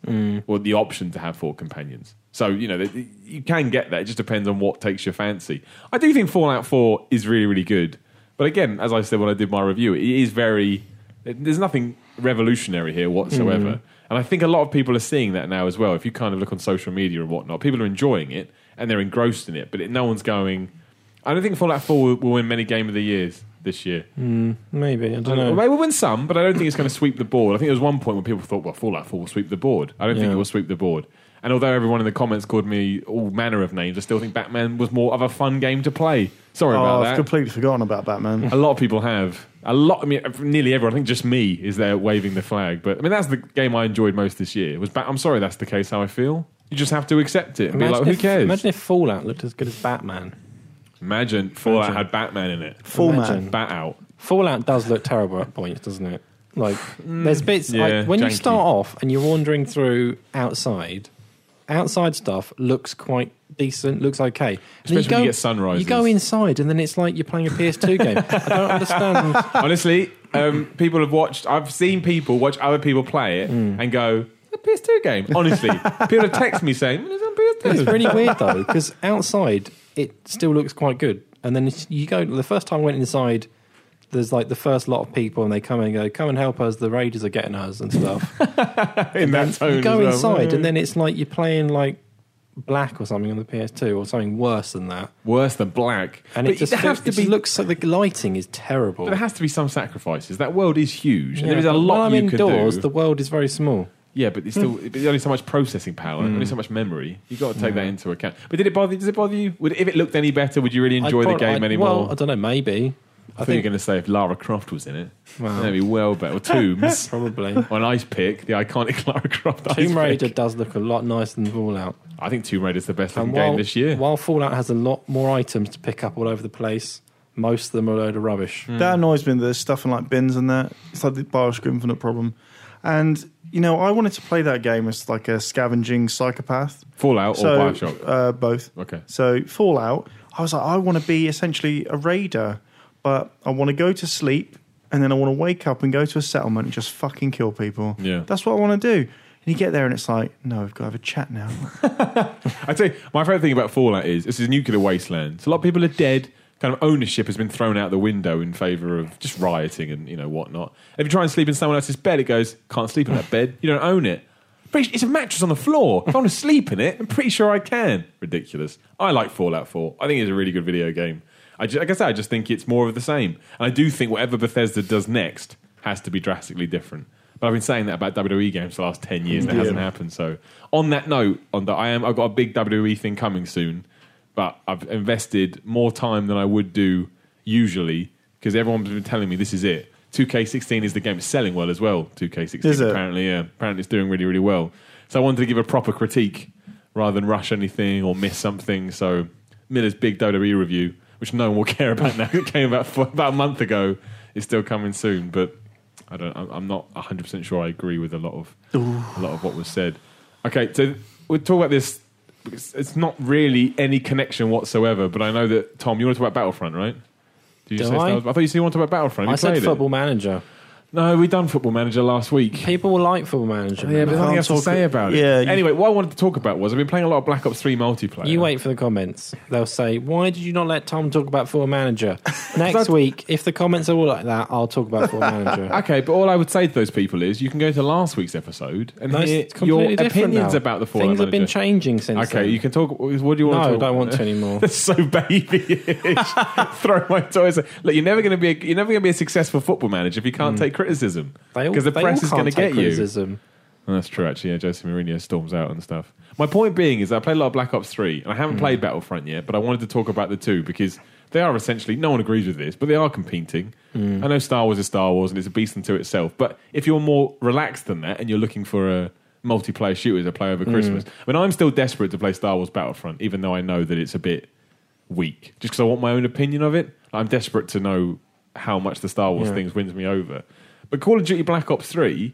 [SPEAKER 1] or the option to have four companions. So, you know, that- you can get that. It just depends on what takes your fancy. I do think Fallout 4 is really, really good. But again, as I said when I did my review, it is very. There's nothing revolutionary here whatsoever. And I think a lot of people are seeing that now as well. If you kind of look on social media and whatnot, people are enjoying it and they're engrossed in it, but it, no one's going. I don't think Fallout 4 will, will win many Game of the Years this year.
[SPEAKER 3] Maybe I don't know.
[SPEAKER 1] Well, They will win some, but I don't think it's going to sweep the board. I think there was one point where people thought, well, Fallout 4 will sweep the board. I don't think
[SPEAKER 3] Yeah.
[SPEAKER 1] it will sweep the board. And although everyone in the comments called me all manner of names, I still think Batman was more of a fun game to play. Sorry
[SPEAKER 2] Oh,
[SPEAKER 1] about
[SPEAKER 2] I've
[SPEAKER 1] that.
[SPEAKER 2] completely forgotten about Batman.
[SPEAKER 1] a lot of people have. A lot, I mean, nearly everyone. I think just me is there waving the flag. But I mean, that's the game I enjoyed most this year. Was Bat- I'm sorry, that's the case. How I feel. You just have to accept it and be like, who
[SPEAKER 3] if,
[SPEAKER 1] cares?
[SPEAKER 3] Imagine if Fallout looked as good as Batman.
[SPEAKER 1] Imagine Fallout
[SPEAKER 3] Imagine.
[SPEAKER 1] had Batman in it.
[SPEAKER 2] Full
[SPEAKER 3] Imagine.
[SPEAKER 2] man.
[SPEAKER 1] Bat out.
[SPEAKER 3] Fallout does look terrible at points, doesn't it? Like there's bits
[SPEAKER 1] Hmm. yeah,
[SPEAKER 3] like when you
[SPEAKER 1] janky.
[SPEAKER 3] start off and you're wandering through outside, outside stuff looks quite decent, looks okay. And then
[SPEAKER 1] Especially when you get sunrises.
[SPEAKER 3] You go inside and then it's like you're playing a PS2 game. I don't understand.
[SPEAKER 1] Honestly, um, people have watched. I've seen people watch other people play it
[SPEAKER 3] Mm.
[SPEAKER 1] and go, "A PS2 game." Honestly, people have texted me saying, "It's on PS2."
[SPEAKER 3] It's really weird though because outside it still looks quite good, and then it's- you go the first time I went inside. There's like the first lot of people, and they come and go, come and help us. The raiders are getting us and stuff.
[SPEAKER 1] in that tone.
[SPEAKER 3] you go
[SPEAKER 1] as well.
[SPEAKER 3] inside, and then it's like you're playing like black or something on the PS2 or something worse than that.
[SPEAKER 1] worse than black.
[SPEAKER 3] And
[SPEAKER 1] but
[SPEAKER 3] it just,
[SPEAKER 1] there has
[SPEAKER 3] it
[SPEAKER 1] to
[SPEAKER 3] just
[SPEAKER 1] be.
[SPEAKER 3] looks so the lighting is terrible.
[SPEAKER 1] but there has to be some sacrifices. That world is huge, and there is a
[SPEAKER 3] but
[SPEAKER 1] lot
[SPEAKER 3] While I'm
[SPEAKER 1] you can
[SPEAKER 3] indoors,
[SPEAKER 1] do.
[SPEAKER 3] the Hmm. world is very small.
[SPEAKER 1] yeah, but it's still there's only so much processing power,
[SPEAKER 3] Hmm.
[SPEAKER 1] only so much memory. You have got to take that into account. But did it bother? Does it bother you? Would, if it looked any better, would you really
[SPEAKER 3] I'd
[SPEAKER 1] enjoy the
[SPEAKER 3] prob-
[SPEAKER 1] game
[SPEAKER 3] I'd-
[SPEAKER 1] anymore?
[SPEAKER 3] Well, I don't know. Maybe.
[SPEAKER 1] I, think, you're going to say if Lara Croft was in it,
[SPEAKER 3] Wow.
[SPEAKER 1] that'd be well better. Or Tombs.
[SPEAKER 3] probably.
[SPEAKER 1] On Ice Pick, the iconic Lara Croft Ice
[SPEAKER 3] Tomb
[SPEAKER 1] Pick.
[SPEAKER 3] Raider does look a lot nicer than Fallout.
[SPEAKER 1] I think Tomb Raider's the best looking
[SPEAKER 3] while,
[SPEAKER 1] game this year.
[SPEAKER 3] While Fallout has a lot more items to pick up all over the place, most of them are a load of rubbish.
[SPEAKER 1] Hmm.
[SPEAKER 2] That annoys me. There's stuff in like bins and that. It's like the Bioshock Infinite problem. And you know, I wanted to play that game as like a scavenging psychopath.
[SPEAKER 1] Fallout
[SPEAKER 2] so
[SPEAKER 1] or Bioshock.
[SPEAKER 2] Uh, both.
[SPEAKER 1] Okay.
[SPEAKER 2] So Fallout. I was like, I want to be essentially a raider, but I want to go to sleep and then I want to wake up and go to a settlement and just fucking kill people.
[SPEAKER 1] Yeah.
[SPEAKER 2] That's what I want to do. And you get there and it's like, no, we've got to have a chat now.
[SPEAKER 1] I tell you, my favourite thing about Fallout is this is nuclear wasteland. So a lot of people are dead. Kind of ownership has been thrown out the window in favour of just rioting and you know whatnot. If you try and sleep in someone else's bed, it goes can't sleep in that bed. You don't own it. Pretty- It's a mattress on the floor. If I want to sleep in it, I'm pretty sure I can. Ridiculous. I like Fallout 4. I think it's a really good video game. I ju- like I said, I just think it's more of the same. And I do think whatever Bethesda does next has to be drastically different. But I've been saying that about WWE games for the last ten years, and it hasn't happened. So, on that note, on that I am, I've got a big WWE thing coming soon, but I've invested more time than I would do usually because everyone's been telling me this is it. 2K16 is the game. It's selling well as well. 2K16
[SPEAKER 2] Is it?
[SPEAKER 1] apparently, yeah, apparently it's doing really, really well. So I wanted to give a proper critique rather than rush anything or miss something. So Miller's big WWE review, which no one will care about now, it came about about a month ago, is still coming soon. But I don't. I'm I'm not 100 percent sure. I agree with a lot of a lot of what was said. Okay, so we'll talk about this. Because it's not really any connection whatsoever. But I know that Tom, you want to talk about Battlefront, right? Did you
[SPEAKER 3] Do
[SPEAKER 1] Star
[SPEAKER 3] I?
[SPEAKER 1] Wars? I thought you said you want to talk about Battlefront. Have
[SPEAKER 3] I
[SPEAKER 1] you
[SPEAKER 3] said
[SPEAKER 1] played it?
[SPEAKER 3] Football Manager.
[SPEAKER 1] No, we done Football Manager last week.
[SPEAKER 3] People will like Football Manager.
[SPEAKER 1] Oh, Yeah, but
[SPEAKER 3] man.
[SPEAKER 1] there's nothing
[SPEAKER 2] can't
[SPEAKER 1] else to
[SPEAKER 2] talk-
[SPEAKER 1] say about it.
[SPEAKER 2] Yeah, you-
[SPEAKER 1] anyway, what I wanted to talk about was I've been playing a lot of Black Ops 3 multiplayer.
[SPEAKER 3] you wait for the comments. They'll say, "Why did you not let Tom talk about Football Manager?" Next week, if the comments are all like that, I'll talk about Football Manager.
[SPEAKER 1] Okay, but all I would say to those people is you can go to last week's episode and
[SPEAKER 3] No,
[SPEAKER 1] hear
[SPEAKER 3] it's
[SPEAKER 1] your
[SPEAKER 3] completely different
[SPEAKER 1] opinions
[SPEAKER 3] now.
[SPEAKER 1] about the Fallout
[SPEAKER 3] Things have been
[SPEAKER 1] Manager.
[SPEAKER 3] changing since.
[SPEAKER 1] Okay,
[SPEAKER 3] then.
[SPEAKER 1] you can talk. What do you want to
[SPEAKER 3] no,
[SPEAKER 1] talk
[SPEAKER 3] I don't want
[SPEAKER 1] about?
[SPEAKER 3] to anymore.
[SPEAKER 1] That's so babyish. Throw my toys. away. Look, you're never going to be a, you're never going to be a successful football manager if you can't take criticism
[SPEAKER 3] Hmm. They all-
[SPEAKER 1] because the
[SPEAKER 3] they
[SPEAKER 1] press
[SPEAKER 3] all
[SPEAKER 1] is going to
[SPEAKER 3] can't
[SPEAKER 1] get
[SPEAKER 3] take
[SPEAKER 1] you.
[SPEAKER 3] criticism.
[SPEAKER 1] And that's true, actually. Yeah, Jose Mourinho storms out and stuff. My point being is, I played a lot of Black Ops Three, and I haven't played Battlefront yet, but I wanted to talk about the two because they are essentially no one agrees with this, but they are competing. I know Star Wars is Star Wars, and it's a beast unto itself. But if you're more relaxed than that, and you're looking for a multiplayer shooter to play over Christmas, I mean, I'm still desperate to play Star Wars Battlefront, even though I know that it's a bit weak. Just because I want my own opinion of it, I'm desperate to know how much the Star Wars
[SPEAKER 3] Yeah.
[SPEAKER 1] things wins me over. But Call of Duty Black Ops Three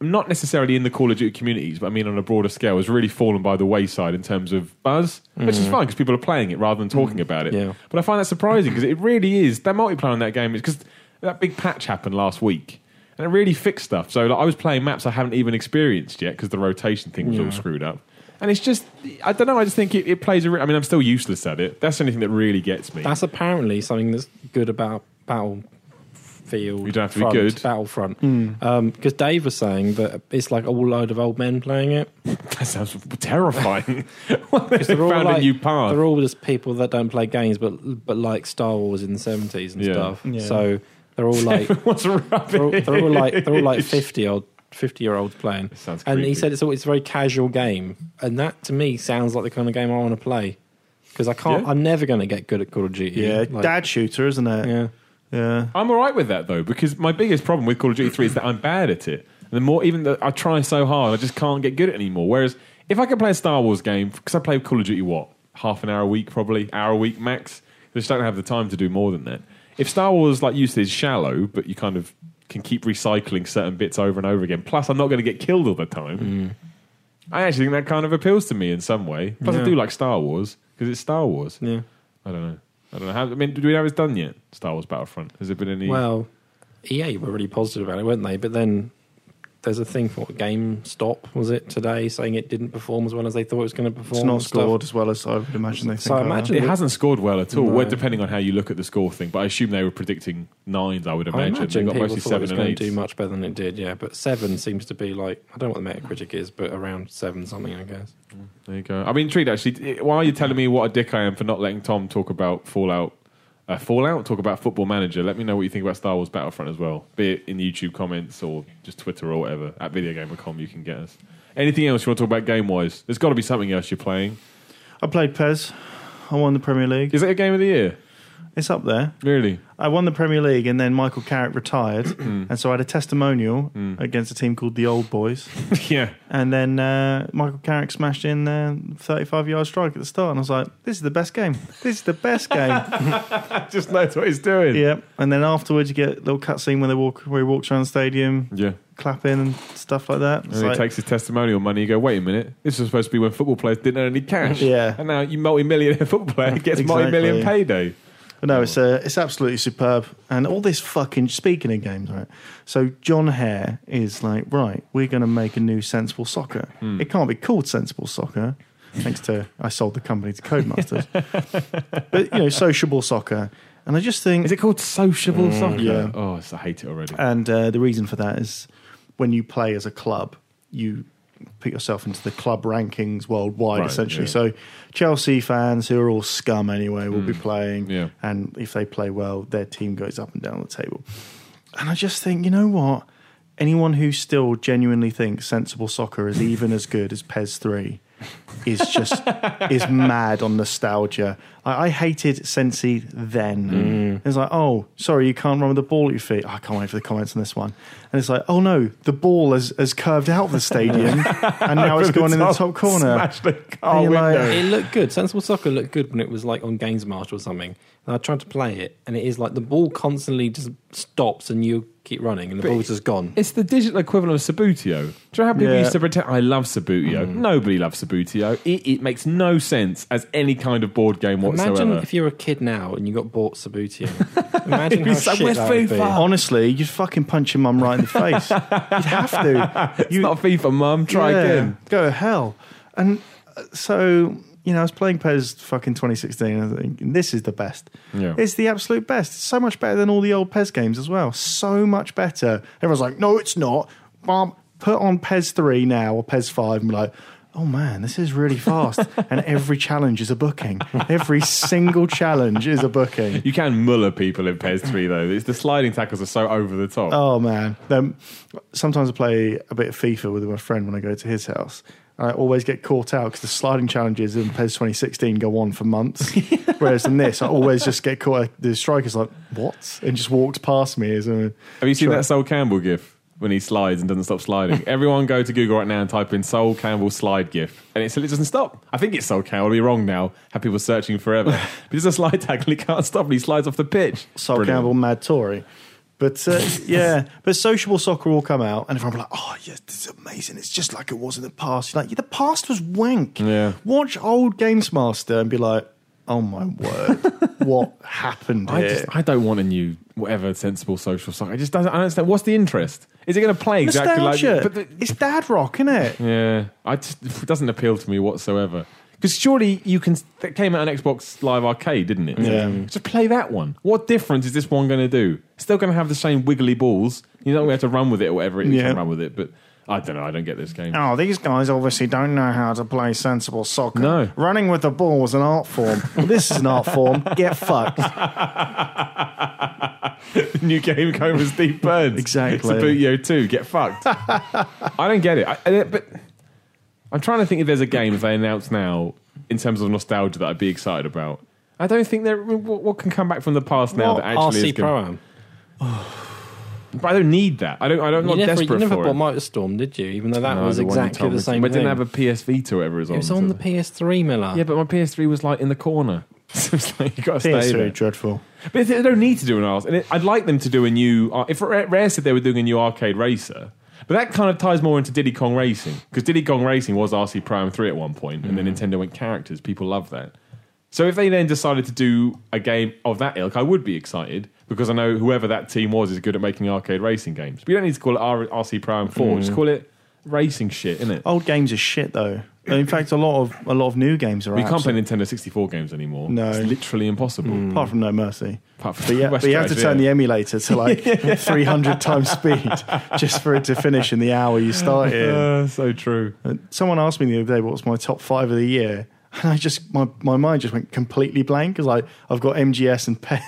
[SPEAKER 1] I'm not necessarily in the Call of Duty communities, but I mean on a broader scale, has really fallen by the wayside in terms of buzz, which is fine because people are playing it rather than talking about it.
[SPEAKER 3] Mm. Yeah.
[SPEAKER 1] But I find that surprising because it really is that multiplayer in that game is because that big patch happened last week and it really fixed stuff. So like, I was playing maps I haven't even experienced yet because the rotation thing was all screwed up. And it's just, I don't know. I just think it, it plays a. Re- I mean, I'm still useless at it. That's the only thing that really gets me.
[SPEAKER 3] That's apparently something that's good about Battlefield.
[SPEAKER 1] You don't have to be
[SPEAKER 3] front,
[SPEAKER 1] good. Hmm.
[SPEAKER 3] Battlefront. Because Dave was saying that it's like a load of old men playing it.
[SPEAKER 1] that sounds terrifying. Because
[SPEAKER 3] They're all
[SPEAKER 1] found
[SPEAKER 3] like-
[SPEAKER 1] a new path.
[SPEAKER 3] They're all just people that don't play games, but but like Star Wars in the seventies and
[SPEAKER 1] Yeah.
[SPEAKER 3] stuff.
[SPEAKER 2] Yeah.
[SPEAKER 3] So they're all like
[SPEAKER 1] What's
[SPEAKER 3] they're all,
[SPEAKER 1] rubbish?
[SPEAKER 3] they're all like they're all like fifty old fifty year olds playing.
[SPEAKER 1] Sounds
[SPEAKER 3] And he
[SPEAKER 1] creepy.
[SPEAKER 3] said it's a, it's a very casual game, and that to me sounds like the kind of game I want to play because I can't.
[SPEAKER 1] Yeah.
[SPEAKER 3] I'm never going to get good at Call of Duty.
[SPEAKER 2] yeah,
[SPEAKER 3] Like,
[SPEAKER 2] dad shooter, isn't it?
[SPEAKER 3] Yeah.
[SPEAKER 2] Yeah.
[SPEAKER 1] I'm all right with that though, because my biggest problem with Call of Duty 3 is that I'm bad at it. And the more, even though I try so hard, I just can't get good at it anymore. Whereas if I could play a Star Wars game, because I play Call of Duty what half an hour a week, probably hour a week max. I just don't have the time to do more than that. If Star Wars like used is shallow, but you kind of can keep recycling certain bits over and over again. Plus, I'm not going to get killed all the time.
[SPEAKER 3] Mm.
[SPEAKER 1] I actually think that kind of appeals to me in some way. Plus, I
[SPEAKER 3] Yeah.
[SPEAKER 1] do like Star Wars because it's Star Wars.
[SPEAKER 3] Yeah.
[SPEAKER 1] I don't know. I don't know. How, I mean, do we know it's done yet? Star Wars Battlefront. Has there been any?
[SPEAKER 3] Well, EA were really positive about it, weren't they? But then there's a thing for GameStop was it today saying it didn't perform as well as they thought it was going to perform.
[SPEAKER 2] It's not
[SPEAKER 3] and stuff.
[SPEAKER 2] scored as well as I would imagine they think.
[SPEAKER 3] So I
[SPEAKER 2] about that.
[SPEAKER 3] imagine-
[SPEAKER 1] it hasn't scored well at all.
[SPEAKER 3] No.
[SPEAKER 1] Well, depending on how you look at the score thing, but I assume they were predicting nines. I would
[SPEAKER 3] I
[SPEAKER 1] imagine,
[SPEAKER 3] imagine
[SPEAKER 1] they got
[SPEAKER 3] people
[SPEAKER 1] mostly
[SPEAKER 3] thought it
[SPEAKER 1] seven
[SPEAKER 3] was
[SPEAKER 1] and
[SPEAKER 3] going
[SPEAKER 1] eight.
[SPEAKER 3] to do much better than it did. Yeah, but seven seems to be like I don't know what the Metacritic is, but around seven something, I guess.
[SPEAKER 1] There you go. I'm intrigued actually. Why are you telling me what a dick I am for not letting Tom talk about Fallout? Uh, Fallout. Talk about Football Manager. Let me know what you think about Star Wars Battlefront as well, be it in YouTube comments or just Twitter or whatever at VideoGamer.com. You can get us. Anything else you want to talk about game wise? There's got to be something else you're playing.
[SPEAKER 2] I played Pez. I won the Premier League.
[SPEAKER 1] Is it a game of the year?
[SPEAKER 2] It's up there.
[SPEAKER 1] Really?
[SPEAKER 2] I won the Premier League, and then Michael Carrick retired, and so I had a testimonial against a team called the Old Boys.
[SPEAKER 1] yeah.
[SPEAKER 2] And then uh, Michael Carrick smashed in a 35 yard strike at the start, and I was like, "This is the best game. This is the best game."
[SPEAKER 1] Just knows what he's doing.
[SPEAKER 2] yeah. And then afterwards, you get a little cutscene where they walk, where he walks around the stadium,
[SPEAKER 1] Yeah.
[SPEAKER 2] clapping and stuff like that. It's
[SPEAKER 1] And
[SPEAKER 2] like-
[SPEAKER 1] he takes his testimonial money. You go, wait a minute. This was supposed to be when football players didn't earn any cash.
[SPEAKER 2] Yeah.
[SPEAKER 1] And now you multi-millionaire football player gets
[SPEAKER 2] Exactly.
[SPEAKER 1] multi-million payday.
[SPEAKER 2] But no, it's uh, it's absolutely superb, and all this fucking speaking of games, right? So John Hare is like, right, we're going to make a new sensible soccer. It can't be called sensible soccer, thanks to I sold the company to Codemasters. but you know, sociable soccer, and I just think,
[SPEAKER 1] Is it called sociable soccer?
[SPEAKER 2] Mm, yeah.
[SPEAKER 1] Oh, it's- I hate it already.
[SPEAKER 2] and uh, the reason for that is when you play as a club, you put yourself into the club rankings worldwide,
[SPEAKER 1] Right,
[SPEAKER 2] essentially.
[SPEAKER 1] yeah. Hmm.
[SPEAKER 2] So Chelsea fans who are all scum anyway will be playing
[SPEAKER 1] Yeah.
[SPEAKER 2] and if they play well, their team goes up and down the table. And I just think, you know what? Anyone who still genuinely thinks sensible soccer is even as good as Pez three is just is mad on nostalgia. I, I hated Sensi then. It's like, oh, sorry, you can't run with the ball at your feet. I can't wait for the comments on this one. And it's like, oh no, the ball has, has curved out of the stadium and now it's gone in the top corner.
[SPEAKER 1] Smash the
[SPEAKER 2] And
[SPEAKER 1] car
[SPEAKER 2] you're
[SPEAKER 1] window.
[SPEAKER 2] like,
[SPEAKER 3] it looked good. Sensible Soccer looked good when it was like on Games Mart or something. And I tried to play it, and it is like the ball constantly just stops, and you keep running, and the
[SPEAKER 1] But-
[SPEAKER 3] ball's just gone.
[SPEAKER 1] It's the digital equivalent of Sabutio. Do you know how people
[SPEAKER 2] Yeah. Mm.
[SPEAKER 1] used to pretend? I love Sabutio. Nobody loves Sabutio. It, it makes no sense as any kind of board game whatsoever.
[SPEAKER 3] Imagine if you're a kid now and you got bought Sabutio. Imagine
[SPEAKER 1] be
[SPEAKER 3] how
[SPEAKER 1] so-
[SPEAKER 3] shit
[SPEAKER 1] where's
[SPEAKER 3] that would be.
[SPEAKER 1] FIFA?
[SPEAKER 2] Honestly, you'd fucking punch your mum right in the face. You'd have to.
[SPEAKER 1] it's not FIFA, mum. Try
[SPEAKER 2] Yeah,
[SPEAKER 1] again.
[SPEAKER 2] Go to hell. And uh, so, you know, I was playing PES fucking 2016 and I was thinking, this is the best.
[SPEAKER 1] Yeah.
[SPEAKER 2] It's the absolute best. It's so much better than all the old PES games as well. So much better. Everyone's like, no, it's not. Mom, put on PES 3 now or PES 5 and be like, oh man, this is really fast. and every challenge is a booking. Every single challenge is a booking.
[SPEAKER 1] You can muller people in PES 3, though. It's, the sliding tackles are so over the top.
[SPEAKER 2] Oh man. Um, sometimes I play a bit of FIFA with my friend when I go to his house. I always get caught out because the sliding challenges in PES 2016 go on for months. Whereas in this, I always just get caught. The striker's like, what? And just walks past me. As a,
[SPEAKER 1] Have you seen
[SPEAKER 2] Sure.
[SPEAKER 1] that Sol Campbell gif when he slides and doesn't stop sliding? Everyone go to Google right now and type in Sol Campbell slide gif, and it, it doesn't stop. I think it's Sol Campbell. I'll be wrong now. Have people searching forever. but it's a slide tackle. He can't stop. And he slides off the pitch.
[SPEAKER 2] Sol
[SPEAKER 1] Brilliant.
[SPEAKER 2] Campbell, Mad Tory. But uh, yeah, but sociable soccer will come out, and everyone will be like, "Oh, yes, this is amazing! It's just like it was in the past." You're like, yeah, the past was wank.
[SPEAKER 1] Yeah.
[SPEAKER 2] Watch old Games Master and be like, "Oh my word, what happened
[SPEAKER 1] I
[SPEAKER 2] here?"
[SPEAKER 1] just I don't want a new whatever sensible social song. I just don't I don't understand. What's the interest? Is it going to play exactly
[SPEAKER 2] Nostalgia.
[SPEAKER 1] like? But the,
[SPEAKER 2] it's dad rock, isn't it?
[SPEAKER 1] yeah, I just, it doesn't appeal to me whatsoever. Because surely you can. That came out on Xbox Live Arcade, didn't it?
[SPEAKER 2] Yeah.
[SPEAKER 1] Just play that one. What difference is this one going to do? Still going to have the same wiggly balls. You don't have to run with it or whatever. it is You
[SPEAKER 2] Yeah.
[SPEAKER 1] can run with it, but I don't know. I don't get this game.
[SPEAKER 2] Oh, these guys obviously don't know how to play sensible soccer.
[SPEAKER 1] No.
[SPEAKER 2] Running with the ball was an art form. Well, this is an art form. Get fucked.
[SPEAKER 1] New game coming with Steve Burns.
[SPEAKER 2] Exactly.
[SPEAKER 1] Sabutio 2, get fucked. I don't get it. I, I- but I'm trying to think if there's a game they announce now in terms of nostalgia that I'd be excited about. I don't think there. What, what can come back from the past now
[SPEAKER 3] What?
[SPEAKER 1] that actually is
[SPEAKER 3] RC
[SPEAKER 1] gonna-
[SPEAKER 3] Pro Am.
[SPEAKER 1] But I don't need that. I don't. I don't. I'm
[SPEAKER 3] You
[SPEAKER 1] not
[SPEAKER 3] never,
[SPEAKER 1] desperate
[SPEAKER 3] you never
[SPEAKER 1] for
[SPEAKER 3] bought
[SPEAKER 1] it.
[SPEAKER 3] MotorStorm, did you? Even though that
[SPEAKER 1] No,
[SPEAKER 3] was
[SPEAKER 1] the one you
[SPEAKER 3] exactly
[SPEAKER 1] told
[SPEAKER 3] the
[SPEAKER 1] me.
[SPEAKER 3] same
[SPEAKER 1] But
[SPEAKER 3] thing.
[SPEAKER 1] I didn't have a PS Vita or whatever it was on.
[SPEAKER 3] it was
[SPEAKER 1] so-
[SPEAKER 3] on the PS3, Miller.
[SPEAKER 1] Yeah, but my PS3 was like in the corner. So it's like you got to stay there.
[SPEAKER 2] PS3, dreadful.
[SPEAKER 1] But they don't need to do an arse. And it, I'd like them to do a new. ar- If Ra- Rare said they were doing a new arcade racer, but that kind of ties more into Diddy Kong Racing because Diddy Kong Racing was RC Prime Three at one point, and then
[SPEAKER 2] Mm.
[SPEAKER 1] Nintendo went characters. People love that. So if they then decided to do a game of that ilk, I would be excited because I know whoever that team was is good at making arcade racing games. But you don't need to call it R- RC Prime
[SPEAKER 2] Mm.
[SPEAKER 1] Four. Just call it racing shit, innit?
[SPEAKER 2] Old games are shit though. And in fact, a lot of a lot of new games are.
[SPEAKER 1] We can't play
[SPEAKER 2] absolute-
[SPEAKER 1] Nintendo 64 games anymore.
[SPEAKER 2] No.
[SPEAKER 1] It's literally impossible.
[SPEAKER 2] apart from No Mercy.
[SPEAKER 1] Apart from
[SPEAKER 2] But yeah,
[SPEAKER 1] West
[SPEAKER 2] but you have to
[SPEAKER 1] Coast,
[SPEAKER 2] turn
[SPEAKER 1] yeah.
[SPEAKER 2] the emulator to like 300 times speed just for it to finish in the hour you start it.
[SPEAKER 1] Uh, so true.
[SPEAKER 2] in. Someone asked me the other day what's my top five of the year, and I just my, my mind just went completely blank because like I've got MGS and Pet.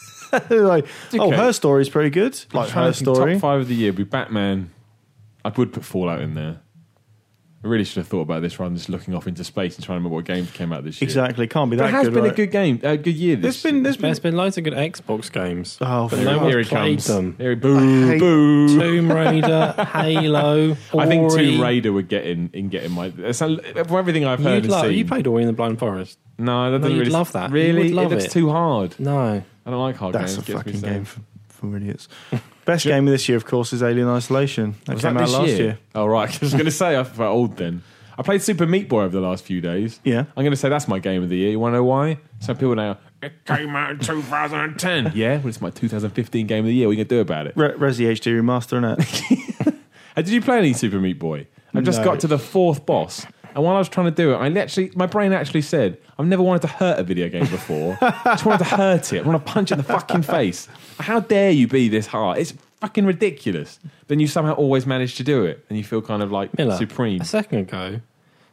[SPEAKER 2] like, oh,
[SPEAKER 1] okay.
[SPEAKER 2] her story's pretty good. Like
[SPEAKER 1] trying
[SPEAKER 2] her
[SPEAKER 1] to think
[SPEAKER 2] story.
[SPEAKER 1] Top five of the year would be Batman. I would put Fallout in there. I really should have thought about this rather than just looking off into space and trying to remember what games came out this year.
[SPEAKER 2] Exactly, can't be
[SPEAKER 1] But
[SPEAKER 2] that
[SPEAKER 1] it has
[SPEAKER 2] good.
[SPEAKER 1] been
[SPEAKER 2] right?
[SPEAKER 1] a good game, a good year this
[SPEAKER 2] There's been there's been
[SPEAKER 3] There's been loads of good Xbox games.
[SPEAKER 1] Uh,
[SPEAKER 2] Oh,
[SPEAKER 3] but
[SPEAKER 2] fair
[SPEAKER 3] no
[SPEAKER 2] enough.
[SPEAKER 1] year. Here
[SPEAKER 3] one's
[SPEAKER 1] it
[SPEAKER 3] played
[SPEAKER 1] comes.
[SPEAKER 3] them.
[SPEAKER 1] Here, boo,
[SPEAKER 2] I hate-
[SPEAKER 1] boo.
[SPEAKER 3] Tomb Raider, Halo,
[SPEAKER 1] I think
[SPEAKER 3] Ori.
[SPEAKER 1] Tomb Raider would get in, in getting my. so- From everything I've heard
[SPEAKER 3] You'd
[SPEAKER 1] and
[SPEAKER 3] love,
[SPEAKER 1] seen.
[SPEAKER 3] you played Ori in the Blind Forest.
[SPEAKER 1] no, that doesn't
[SPEAKER 3] you'd
[SPEAKER 1] really.
[SPEAKER 3] love that. You
[SPEAKER 1] Really?
[SPEAKER 3] would love
[SPEAKER 1] it looks
[SPEAKER 3] it.
[SPEAKER 1] too hard.
[SPEAKER 3] No.
[SPEAKER 1] I don't like hard
[SPEAKER 2] That's
[SPEAKER 1] games.
[SPEAKER 2] a
[SPEAKER 1] Gets me
[SPEAKER 2] fucking
[SPEAKER 1] so-
[SPEAKER 2] game for, for idiots. Best game of this year, of course, is Alien Isolation. That
[SPEAKER 1] Was
[SPEAKER 2] came
[SPEAKER 1] that
[SPEAKER 2] out
[SPEAKER 1] this
[SPEAKER 2] last year.
[SPEAKER 1] Oh, right. I was going to say, I felt old then. I played Super Meat Boy over the last few days.
[SPEAKER 2] Yeah.
[SPEAKER 1] I'm going to say that's my game of the year. You want to know why? Some people now, it came out in 2010. yeah, well, it's my 2015 game of the year. What are you going to do about it?
[SPEAKER 2] Re- Resi HD remaster, innit?
[SPEAKER 1] Uh, did you play any Super Meat Boy? I just
[SPEAKER 2] No.
[SPEAKER 1] got to the fourth boss. And while I was trying to do it, I actually, my brain actually said, I've never wanted to hurt a video game before. I just wanted to hurt it. I want to punch it in the fucking face. How dare you be this hard? It's fucking ridiculous. Then you somehow always manage to do it. And you feel kind of like
[SPEAKER 3] Miller,
[SPEAKER 1] supreme.
[SPEAKER 3] a second ago,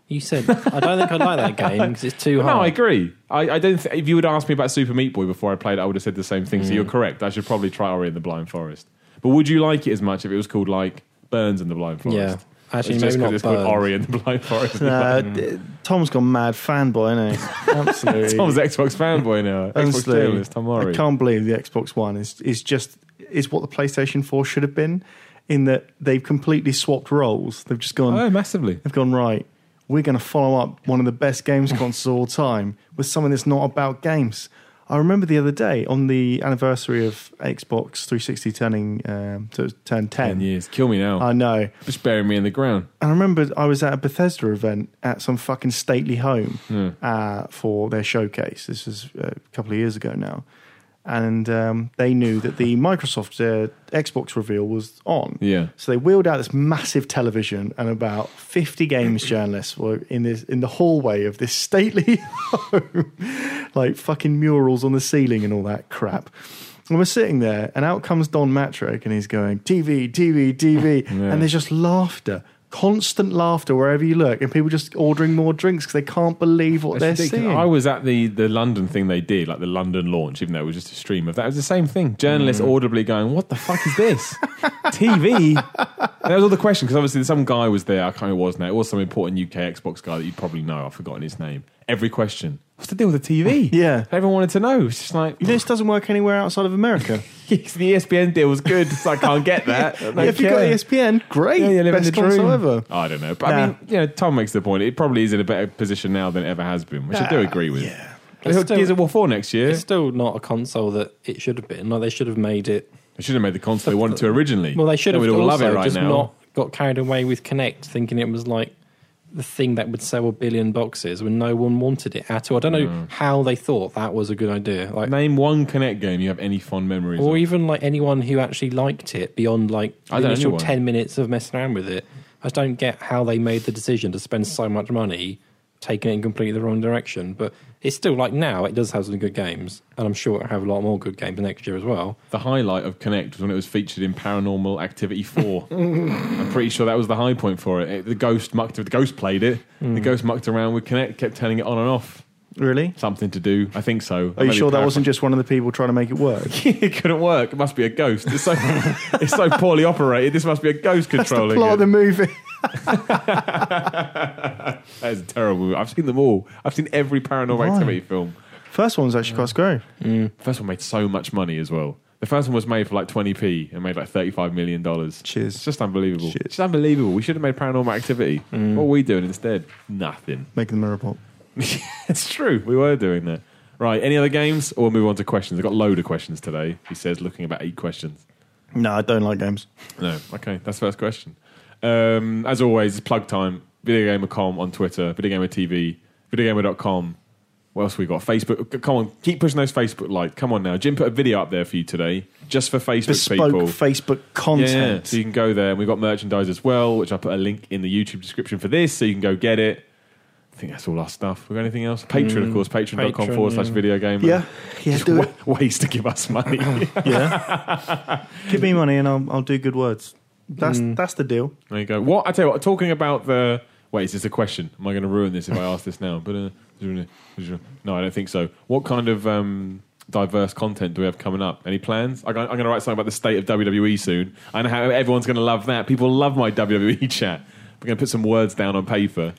[SPEAKER 3] you said, I don't think I like that game because it's too hard.
[SPEAKER 1] No, I agree. I, I don't. Th- if you would ask me about Super Meat Boy before I played it, I would have said the same thing. So you're
[SPEAKER 3] Mm.
[SPEAKER 1] correct. I should probably try Ori in the Blind Forest. But would you like it as much if it was called like Burns in the Blind Forest?
[SPEAKER 3] Yeah. Actually,
[SPEAKER 1] it's
[SPEAKER 3] maybe
[SPEAKER 1] just
[SPEAKER 3] not
[SPEAKER 1] it's called
[SPEAKER 3] Burns.
[SPEAKER 1] Ori in the Blind Forest.
[SPEAKER 2] uh, d- Tom's gone mad fanboy, isn't he? Absolutely.
[SPEAKER 1] Tom's Xbox fanboy now. Xbox
[SPEAKER 2] Honestly,
[SPEAKER 1] journalist Tom
[SPEAKER 2] I
[SPEAKER 1] Ori.
[SPEAKER 2] can't believe the Xbox One is is just is what the PlayStation Four should have been, in that they've completely swapped roles. They've just gone.
[SPEAKER 1] Oh, massively.
[SPEAKER 2] They've gone right. We're going to follow up one of the best games consoles of all time with something that's not about games. I remember the other day on the anniversary of Xbox 360 turning um, to turn 10.
[SPEAKER 1] Ten years. Kill me now.
[SPEAKER 2] I know. And
[SPEAKER 1] Just bury me in the ground.
[SPEAKER 2] I remember I was at a Bethesda event at some fucking stately home
[SPEAKER 1] Yeah.
[SPEAKER 2] uh, for their showcase. This is uh, a couple of years ago now. And um, they knew that the Microsoft uh, Xbox reveal was on.
[SPEAKER 1] Yeah.
[SPEAKER 2] So they wheeled out this massive television, and about fifty games journalists were in this in the hallway of this stately home, like fucking murals on the ceiling and all that crap. And we're sitting there, and out comes Don Matrick, and he's going TV, TV, TV,
[SPEAKER 1] Yeah.
[SPEAKER 2] and there's just laughter. Constant laughter wherever you look, and people just ordering more drinks because they can't believe what
[SPEAKER 1] It's
[SPEAKER 2] they're
[SPEAKER 1] ridiculous.
[SPEAKER 2] seeing.
[SPEAKER 1] I was at the, the London thing they did, like the London launch, even though it was just a stream of that. It was the same thing. Journalists
[SPEAKER 2] Mm.
[SPEAKER 1] audibly going, What the fuck is this? TV? And that was all the question, because obviously some guy was there. I can't remember who it was now. It was some important UK Xbox guy that you probably know. I've forgotten his name. Every question. What's the deal with the TV?
[SPEAKER 2] Yeah.
[SPEAKER 1] Everyone wanted to know. It's just like,
[SPEAKER 2] this doesn't work anywhere outside of America.
[SPEAKER 1] the E ESPN deal was good, so I can't get that. I don't
[SPEAKER 2] if you've got E
[SPEAKER 1] care.
[SPEAKER 2] ESPN, great,
[SPEAKER 1] Yeah, you're living
[SPEAKER 2] best
[SPEAKER 1] the dream.
[SPEAKER 2] console ever.
[SPEAKER 1] Oh, I don't know. But
[SPEAKER 2] Nah.
[SPEAKER 1] I mean, you know, Tom makes the point. It probably is in a better position now than it ever has been, which I do
[SPEAKER 2] Ah,
[SPEAKER 1] agree with.
[SPEAKER 2] Yeah.
[SPEAKER 1] They got
[SPEAKER 3] Still-
[SPEAKER 1] Gears of War 4 next year.
[SPEAKER 3] It's still not a console that it should have been. Like they should have made it.
[SPEAKER 1] They should have made the console they wanted to originally.
[SPEAKER 3] Well, they should
[SPEAKER 1] Then
[SPEAKER 3] have
[SPEAKER 1] We'd all love
[SPEAKER 3] also
[SPEAKER 1] it right
[SPEAKER 3] just
[SPEAKER 1] now.
[SPEAKER 3] not got carried away with Connect, thinking it was like the thing that would sell a billion boxes when no one wanted it at all. I don't know
[SPEAKER 1] Mm.
[SPEAKER 3] how they thought that was a good idea. Like,
[SPEAKER 1] Name one Connect game you have any fond memories
[SPEAKER 3] or
[SPEAKER 1] of.
[SPEAKER 3] even like anyone who actually liked it beyond like the
[SPEAKER 1] I don't know
[SPEAKER 3] initial
[SPEAKER 1] anyone.
[SPEAKER 3] ten minutes of messing around with it. I just don't get how they made the decision to spend so much money taking it in completely the wrong direction. But it's still like now it does have some good games, and I'm sure it'll have a lot more good games next year as well.
[SPEAKER 1] The highlight of Connect was when it was featured in Paranormal Activity 4. I'm pretty sure that was the high point for it. It- the ghost mucked the ghost played it.
[SPEAKER 3] Hmm.
[SPEAKER 1] The ghost mucked around with Connect, kept turning it on and off.
[SPEAKER 2] Really?
[SPEAKER 1] Something to do. I think so.
[SPEAKER 2] Are you sure that wasn't just one of the people trying to make it work?
[SPEAKER 1] it couldn't work. It must be a ghost. It's so it's so poorly operated. This must be a ghost controlling
[SPEAKER 2] Plot
[SPEAKER 1] it.
[SPEAKER 2] of the movie.
[SPEAKER 1] That is terrible. I've seen them all. I've seen every Paranormal
[SPEAKER 2] Why?
[SPEAKER 1] Activity film.
[SPEAKER 2] First one was actually quite scary.
[SPEAKER 1] First one made so much money as well. The first one was made for like 20p and made like 35 million dollars.
[SPEAKER 2] Cheers.
[SPEAKER 1] It's just unbelievable.
[SPEAKER 2] Cheers.
[SPEAKER 1] It's just unbelievable. We should have made Paranormal Activity.
[SPEAKER 2] Mm.
[SPEAKER 1] What are we doing instead? Nothing.
[SPEAKER 2] Making the mirror pop.
[SPEAKER 1] it's true. We were doing that. Right. Any other games? Or we'll move on to questions. I've got a load of questions today. He says looking about eight questions.
[SPEAKER 2] No, I don't like games.
[SPEAKER 1] No. Okay, that's the first question. Um, as always, it's plug time. Videogamer.com on Twitter, Videogamer TV, Videogamer.com. What else we got? Facebook. C- Come on, keep pushing those Facebook like. Come on now. Jim put a video up there for you today, just for Facebook
[SPEAKER 2] Bespoke
[SPEAKER 1] people.
[SPEAKER 2] Facebook
[SPEAKER 1] yeah,
[SPEAKER 2] content.
[SPEAKER 1] so you can go there. And we've got merchandise as well, which I put a link in the YouTube description for this, so you can go get it. I think that's all our stuff. we got anything else? Patreon, of course, patreon.com
[SPEAKER 3] Patreon,
[SPEAKER 1] forward slash
[SPEAKER 3] yeah.
[SPEAKER 1] videogamer.
[SPEAKER 2] Mm. yeah, yeah,
[SPEAKER 1] Just
[SPEAKER 2] do
[SPEAKER 1] wa-
[SPEAKER 2] it.
[SPEAKER 1] ways to give us money.
[SPEAKER 2] Yeah, give me money and I'll, I'll do good words. That's that's the deal.
[SPEAKER 1] There you go. What I tell you what, talking about the wait, is this a question? Am I going to ruin this if I ask this now? But uh, no, I don't think so. What kind of um, diverse content do we have coming up? Any plans? I, I'm going to write something about the state of WWE soon and how everyone's going to love that. People love my WWE chat. We're going to put some words down on paper.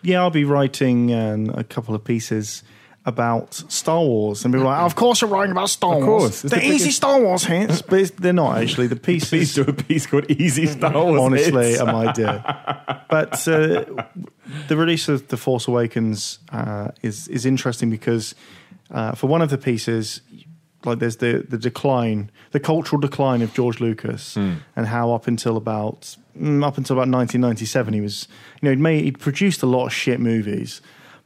[SPEAKER 2] Yeah, I'll be writing um, a couple of pieces about Star Wars, and people are like, "Of course, you're writing about Star
[SPEAKER 1] Of
[SPEAKER 2] Wars.
[SPEAKER 1] course, it's
[SPEAKER 2] they're
[SPEAKER 1] the
[SPEAKER 2] easy
[SPEAKER 1] biggest-
[SPEAKER 2] Star Wars hits, but it's, they're not actually. The pieces,
[SPEAKER 1] Please do a piece called "Easy Star Wars."
[SPEAKER 2] honestly uh,
[SPEAKER 1] Hits.
[SPEAKER 2] am I dear. But uh, the release of The Force Awakens uh, is is interesting because uh, for one of the pieces, like there's the the decline, the cultural decline of George Lucas,
[SPEAKER 1] Hmm.
[SPEAKER 2] and how up until about mm, up until about 1997, he was you know he'd made he'd produced a lot of shit movies,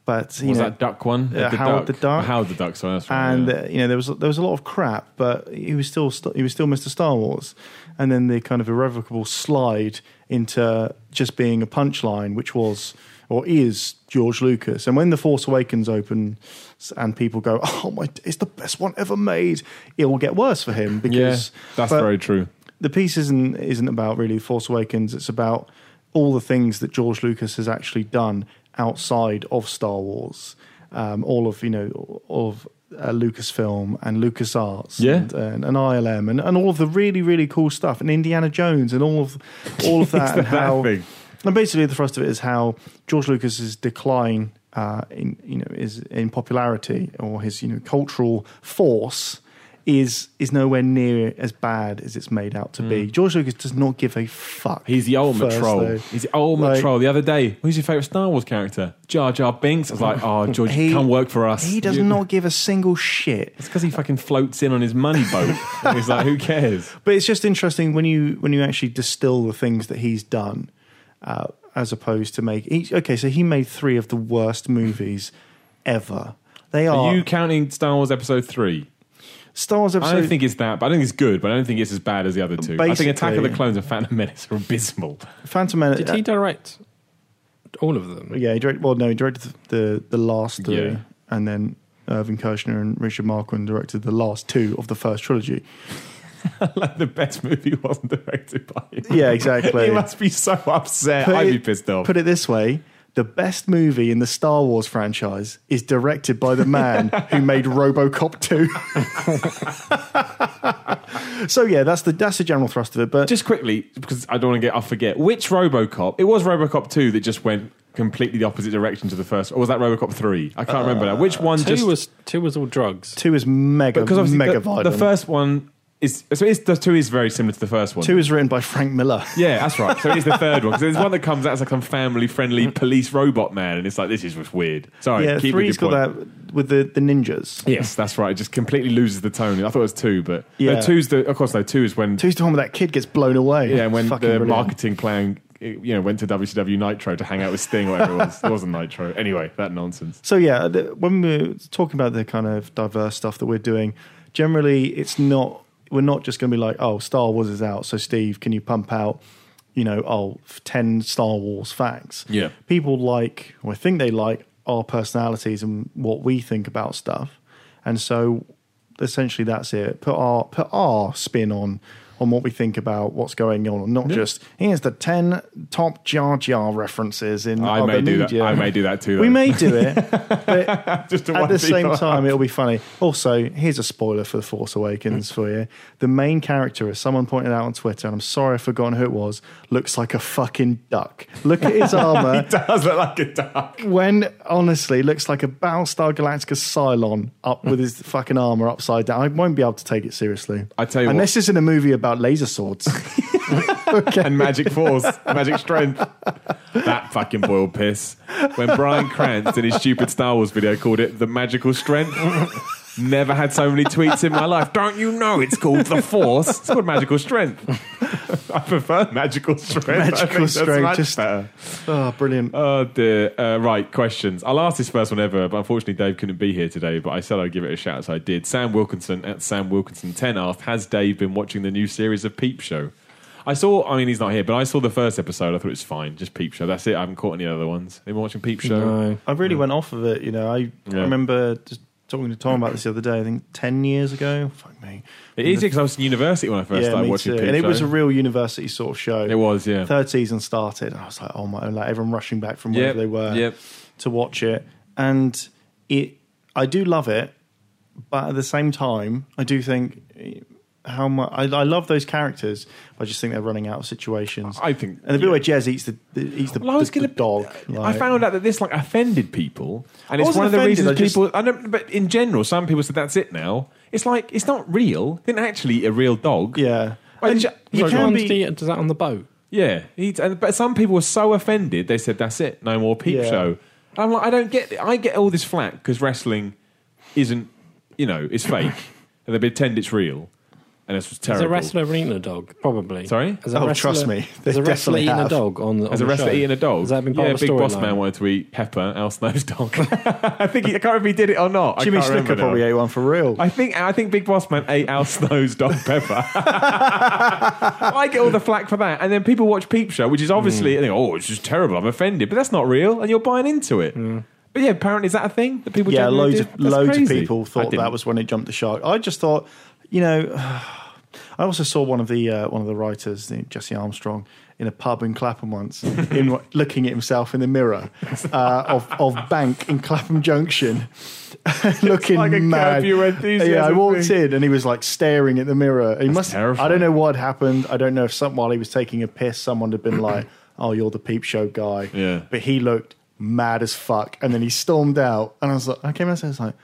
[SPEAKER 2] but you
[SPEAKER 1] was
[SPEAKER 2] know
[SPEAKER 1] that duck one?
[SPEAKER 2] Uh, Howard the Duck.
[SPEAKER 1] Howard the Duck. Sorry, that's right,
[SPEAKER 2] and
[SPEAKER 1] yeah.
[SPEAKER 2] uh, you know there was there was a lot of crap, but he was still st- he was still Mr. Star Wars, and then the kind of irrevocable slide into just being a punchline, which was or is George Lucas. And when the Force Awakens opens and people go, "Oh my, it's the best one ever made," it will get worse for him
[SPEAKER 1] yeah,
[SPEAKER 2] because
[SPEAKER 1] that's
[SPEAKER 2] but-
[SPEAKER 1] very true.
[SPEAKER 2] the piece isn't isn't about really Force Awakens. It's about all the things that George Lucas has actually done outside of Star Wars. Um, all of you know of uh, Lucasfilm and LucasArts
[SPEAKER 1] Yeah.
[SPEAKER 2] and, uh, and, and ILM and, and all of the really really cool stuff and Indiana Jones and all of all of that and how
[SPEAKER 1] thing.
[SPEAKER 2] and basically the thrust of it is how George Lucas's decline uh, in you know is in popularity or his you know cultural force is is nowhere near as bad as it's made out to be. George Lucas does not give a fuck.
[SPEAKER 1] Hmm. He's the ultimate
[SPEAKER 2] first,
[SPEAKER 1] troll.
[SPEAKER 2] though.
[SPEAKER 1] He's the ultimate
[SPEAKER 2] Like-
[SPEAKER 1] troll. The other day, who's your favourite Star Wars character? Jar Jar Binks. I was like, oh, George,
[SPEAKER 2] He-
[SPEAKER 1] you can't work for us.
[SPEAKER 2] He does
[SPEAKER 1] You-
[SPEAKER 2] not give a single shit.
[SPEAKER 1] It's because he fucking floats in on his money boat. and he's like, who cares?
[SPEAKER 2] But it's just interesting when you when you actually distill the things that he's done, uh, as opposed to make. He, okay, so he made three of the worst movies ever. They are,
[SPEAKER 1] Are you counting Star Wars Episode 3?
[SPEAKER 2] Star Wars
[SPEAKER 1] I
[SPEAKER 2] episode.
[SPEAKER 1] don't think it's that, but I don't think it's good, but I don't think it's as bad as the other two. I think Attack of
[SPEAKER 2] Basically-
[SPEAKER 1] the Clones and Phantom Menace are abysmal.
[SPEAKER 2] Phantom Menace. uh,
[SPEAKER 3] Did he direct all of them?
[SPEAKER 2] yeah, he directed. Well, no, he directed the the last three,
[SPEAKER 1] Yeah.
[SPEAKER 2] and then Irving Kershner and Richard Marquand directed the last two of the first trilogy.
[SPEAKER 1] like the best movie wasn't directed by him.
[SPEAKER 2] Yeah, exactly.
[SPEAKER 1] he must be so upset.
[SPEAKER 2] Put
[SPEAKER 1] I'd
[SPEAKER 2] it-
[SPEAKER 1] be pissed off.
[SPEAKER 2] Put it this way. The best movie in the Star Wars franchise is directed by the man who made RoboCop 2. so yeah, that's the that's the general thrust of it. But
[SPEAKER 1] just quickly, because I don't want to get, I forget which RoboCop. It was RoboCop two that just went completely the opposite direction to the first, or was that RoboCop three? I can't remember now. Which one?
[SPEAKER 3] Two
[SPEAKER 1] just
[SPEAKER 3] was two was all drugs.
[SPEAKER 2] two is mega
[SPEAKER 1] because obviously
[SPEAKER 2] mega
[SPEAKER 1] the,
[SPEAKER 2] violent.
[SPEAKER 1] the first one is so it's, the two is very similar to the first one.
[SPEAKER 2] two is written by Frank Miller.
[SPEAKER 1] yeah, that's right. So it's the third one because there's one that comes out as like some family-friendly police robot man, and it's like this is just weird. Sorry,
[SPEAKER 2] Mm. yeah,
[SPEAKER 1] keep
[SPEAKER 2] three's
[SPEAKER 1] with your
[SPEAKER 2] got
[SPEAKER 1] point.
[SPEAKER 2] that with the, the ninjas.
[SPEAKER 1] Yes, that's right. It just completely loses the tone. I thought it was two, but
[SPEAKER 2] Yeah.
[SPEAKER 1] no, two's the of course no two is when
[SPEAKER 2] Two's the one where that kid gets blown away.
[SPEAKER 1] Yeah, and when the
[SPEAKER 2] Fucking brilliant.
[SPEAKER 1] marketing plan, you know, went to WCW Nitro to hang out with Sting or whatever it was. It wasn't Nitro. Anyway, that nonsense.
[SPEAKER 2] So yeah, the, when we're talking about the kind of diverse stuff that we're doing, generally it's not we're not just going to be like, oh, Star Wars is out, so Steve, can you pump out, you know, oh, f- 10 Star Wars facts?
[SPEAKER 1] Yeah.
[SPEAKER 2] people like, or I think they like our personalities and what we think about stuff, and so essentially that's it. Put our put our spin on. On what we think about what's going on, not just here's the ten top Jar Jar references in
[SPEAKER 1] I
[SPEAKER 2] other
[SPEAKER 1] may do that.
[SPEAKER 2] media.
[SPEAKER 1] I may do that too.
[SPEAKER 2] We
[SPEAKER 1] though.
[SPEAKER 2] may do it, but
[SPEAKER 1] just to
[SPEAKER 2] at
[SPEAKER 1] wind people
[SPEAKER 2] the same
[SPEAKER 1] up.
[SPEAKER 2] time, it'll be funny. Also, here's a spoiler for The Force Awakens for you. The main character, as someone pointed out on Twitter, and I'm sorry I've forgotten who it was, looks like a fucking duck. Look at his armor.
[SPEAKER 1] It does look like a duck.
[SPEAKER 2] when, honestly, looks like a Battlestar Galactica Cylon up with his fucking armor upside down. I won't be able to take it seriously.
[SPEAKER 1] I tell you
[SPEAKER 2] and
[SPEAKER 1] what-
[SPEAKER 2] this isn't a movie about laser swords.
[SPEAKER 1] And magic force, magic strength. That fucking boiled piss. When Brian Krantz did his stupid Star Wars video called it the magical strength. Never had so many tweets in my life. Don't you know it's called the force? It's called magical strength. I prefer magical strength. I
[SPEAKER 2] Magical
[SPEAKER 1] think that's
[SPEAKER 2] strength,
[SPEAKER 1] much
[SPEAKER 2] just-
[SPEAKER 1] better.
[SPEAKER 2] oh, brilliant.
[SPEAKER 1] Oh dear. Uh, right, questions. I'll ask this first one ever, but unfortunately Dave couldn't be here today, but I said I'd give it a shout, so I did. Sam Wilkinson at Sam Wilkinson 10 asked, Has Dave been watching the new series of Peep Show? I saw, I mean, he's not here, but I saw the first episode. I thought it was fine, just Peep Show. That's it. I haven't caught any other ones. Anyone watching Peep Show?
[SPEAKER 3] No.
[SPEAKER 2] I really went off of it. You know, I, I
[SPEAKER 1] Yeah.
[SPEAKER 2] remember just talking to Tom about this the other day. I think ten years ago. Fuck me.
[SPEAKER 1] It is because I was in university when I first started
[SPEAKER 2] me
[SPEAKER 1] watching
[SPEAKER 2] too.
[SPEAKER 1] Peep
[SPEAKER 2] and it
[SPEAKER 1] Show.
[SPEAKER 2] was a real university sort of show.
[SPEAKER 1] it was, yeah.
[SPEAKER 2] Third season started, and I was like, oh my! Like everyone rushing back from wherever
[SPEAKER 1] Yep,
[SPEAKER 2] they were
[SPEAKER 1] yep.
[SPEAKER 2] to watch it, and it. I do love it, but at the same time, I do think eh, how much I, I love those characters. But I just think they're running out of situations.
[SPEAKER 1] I think-
[SPEAKER 2] and the bit
[SPEAKER 1] yeah.
[SPEAKER 2] where Jez eats the, the eats the,
[SPEAKER 1] Well, I was
[SPEAKER 2] the- the
[SPEAKER 1] gonna
[SPEAKER 2] dog. like-
[SPEAKER 1] I found out that this like offended people, and
[SPEAKER 2] I
[SPEAKER 1] it's
[SPEAKER 2] wasn't
[SPEAKER 1] one of the
[SPEAKER 2] offended,
[SPEAKER 1] reasons
[SPEAKER 2] I just-
[SPEAKER 1] people. I don't, but in general, some people said that's it now. It's like it's not real. It isn't actually a real dog.
[SPEAKER 2] yeah.
[SPEAKER 1] I
[SPEAKER 2] And
[SPEAKER 1] ju-
[SPEAKER 2] you
[SPEAKER 1] Sorry, go
[SPEAKER 2] can
[SPEAKER 1] on.
[SPEAKER 3] John
[SPEAKER 2] be,
[SPEAKER 3] does that on the boat?
[SPEAKER 1] yeah. He, and, but some people were so offended they said that's it, no more peep
[SPEAKER 2] Yeah.
[SPEAKER 1] show. I'm like, I don't get. it. I get all this flack because wrestling isn't, you know, it's fake, and they pretend it's real, and it's just
[SPEAKER 3] Has
[SPEAKER 1] terrible.
[SPEAKER 3] a wrestler ever eaten a dog? Probably.
[SPEAKER 1] Sorry?
[SPEAKER 3] Has a
[SPEAKER 2] Oh,
[SPEAKER 3] wrestler,
[SPEAKER 2] trust me, they
[SPEAKER 3] Has a wrestler
[SPEAKER 2] definitely
[SPEAKER 3] eaten
[SPEAKER 2] have.
[SPEAKER 3] a dog on, on
[SPEAKER 1] As a
[SPEAKER 3] the
[SPEAKER 1] wrestler
[SPEAKER 3] show?
[SPEAKER 1] eating a dog.
[SPEAKER 3] Has that been part
[SPEAKER 1] yeah,
[SPEAKER 3] of the
[SPEAKER 1] Big Boss
[SPEAKER 3] storyline?
[SPEAKER 1] Man wanted to eat Pepper, Al Snow's dog. I think he, I can't remember if he did it or not. I
[SPEAKER 2] Jimmy
[SPEAKER 1] can't remember
[SPEAKER 2] Snooker
[SPEAKER 1] now.
[SPEAKER 2] probably ate one for real.
[SPEAKER 1] I think I think Big Boss Man ate Al Snow's dog pepper. I get all the flack for that, and then people watch Peep Show, which is obviously
[SPEAKER 2] Hmm.
[SPEAKER 1] and they go, oh, it's just terrible. I'm offended, but that's not real, and you're buying into it. But yeah, apparently is that a thing that people?
[SPEAKER 2] yeah,
[SPEAKER 1] generally
[SPEAKER 2] loads
[SPEAKER 1] do?
[SPEAKER 2] of
[SPEAKER 1] That's
[SPEAKER 2] loads
[SPEAKER 1] crazy.
[SPEAKER 2] of people
[SPEAKER 1] I
[SPEAKER 2] thought
[SPEAKER 1] didn't.
[SPEAKER 2] that was when it jumped the shark. I just thought, you know, I also saw one of the uh, one of the writers, the- Jesse Armstrong, in a pub in Clapham once, in looking at himself in the mirror uh, of of Bank in Clapham Junction. looking
[SPEAKER 1] like a
[SPEAKER 2] mad.
[SPEAKER 1] Curb Your Enthusiasm
[SPEAKER 2] yeah, I walked
[SPEAKER 1] thing.
[SPEAKER 2] in and he was like staring at the mirror. He must. I
[SPEAKER 1] terrifying.
[SPEAKER 2] don't know what happened. I don't know if some while he was taking a piss, someone had been like, "Oh, you're the peep show guy."
[SPEAKER 1] Yeah.
[SPEAKER 2] But he looked mad as fuck, and then he stormed out. And I was like, I came out and I was like,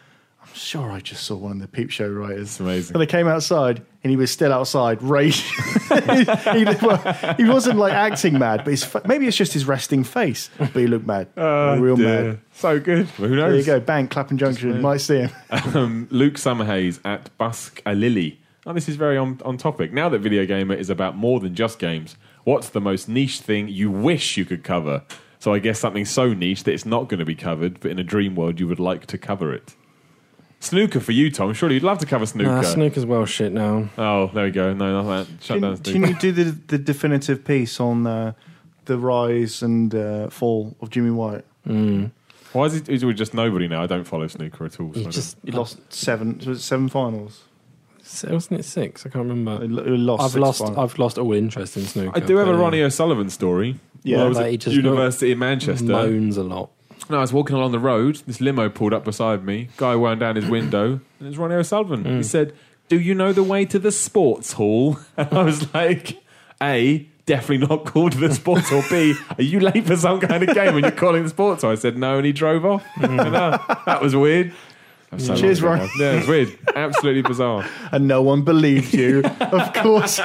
[SPEAKER 2] I'm sure I just saw one of the Peep Show writers.
[SPEAKER 1] It's amazing.
[SPEAKER 2] And they came outside, and he was still outside, raging. he, well, he wasn't like acting mad, but his, fa- maybe it's just his resting face. But he looked mad, real mad.
[SPEAKER 1] Oh, So good. Who knows?
[SPEAKER 2] There you go, bang, Clapham Junction. Might see him.
[SPEAKER 1] um, Luke Summerhays at Busk a Lily. Now, this is very on, on topic. Now that Video Gamer is about more than just games, what's the most niche thing you wish you could cover? So I guess something so niche that it's not going to be covered, but in a dream world you would like to cover it. Snooker for you, Tom. Surely you'd love to cover snooker.
[SPEAKER 3] Nah, snooker's well shit now.
[SPEAKER 1] oh, there we go. No, not that. Shut down
[SPEAKER 2] Didn't,
[SPEAKER 1] snooker.
[SPEAKER 2] didn't you do the, the definitive piece on uh, the rise and uh, fall of Jimmy White?
[SPEAKER 3] Mm.
[SPEAKER 1] Why is it, is it just nobody now? I don't follow snooker at all. so I
[SPEAKER 3] You
[SPEAKER 1] don't-
[SPEAKER 3] just
[SPEAKER 2] He lost seven, was it seven finals.
[SPEAKER 3] s- wasn't it six? I can't
[SPEAKER 2] He
[SPEAKER 3] remember.
[SPEAKER 2] lo- he lost.
[SPEAKER 3] I've
[SPEAKER 2] six
[SPEAKER 3] lost.
[SPEAKER 2] finals.
[SPEAKER 3] I've lost all interest in snooker.
[SPEAKER 1] I do have a
[SPEAKER 3] but,
[SPEAKER 1] Ronnie
[SPEAKER 3] yeah,
[SPEAKER 1] O'Sullivan story.
[SPEAKER 2] Yeah,
[SPEAKER 1] When I was
[SPEAKER 3] like, he
[SPEAKER 1] at
[SPEAKER 3] just
[SPEAKER 1] University in Manchester.
[SPEAKER 3] moans a lot.
[SPEAKER 1] And I was walking along the road. This limo pulled up beside me. Guy wound down his window, and it was Ronnie O'Sullivan.
[SPEAKER 2] Mm.
[SPEAKER 1] He said, "Do you know the way to the sports hall?" And I was like, "A, definitely not called the sports hall. B, are you late for some kind of game and you're calling the sports hall?" I said, "No," and he drove off. And, uh, that was weird. I'm so
[SPEAKER 2] Mm. Cheers,
[SPEAKER 1] wrong.
[SPEAKER 2] Ronnie.
[SPEAKER 1] Yeah, it's weird. Absolutely bizarre.
[SPEAKER 2] and no one believed you. of course,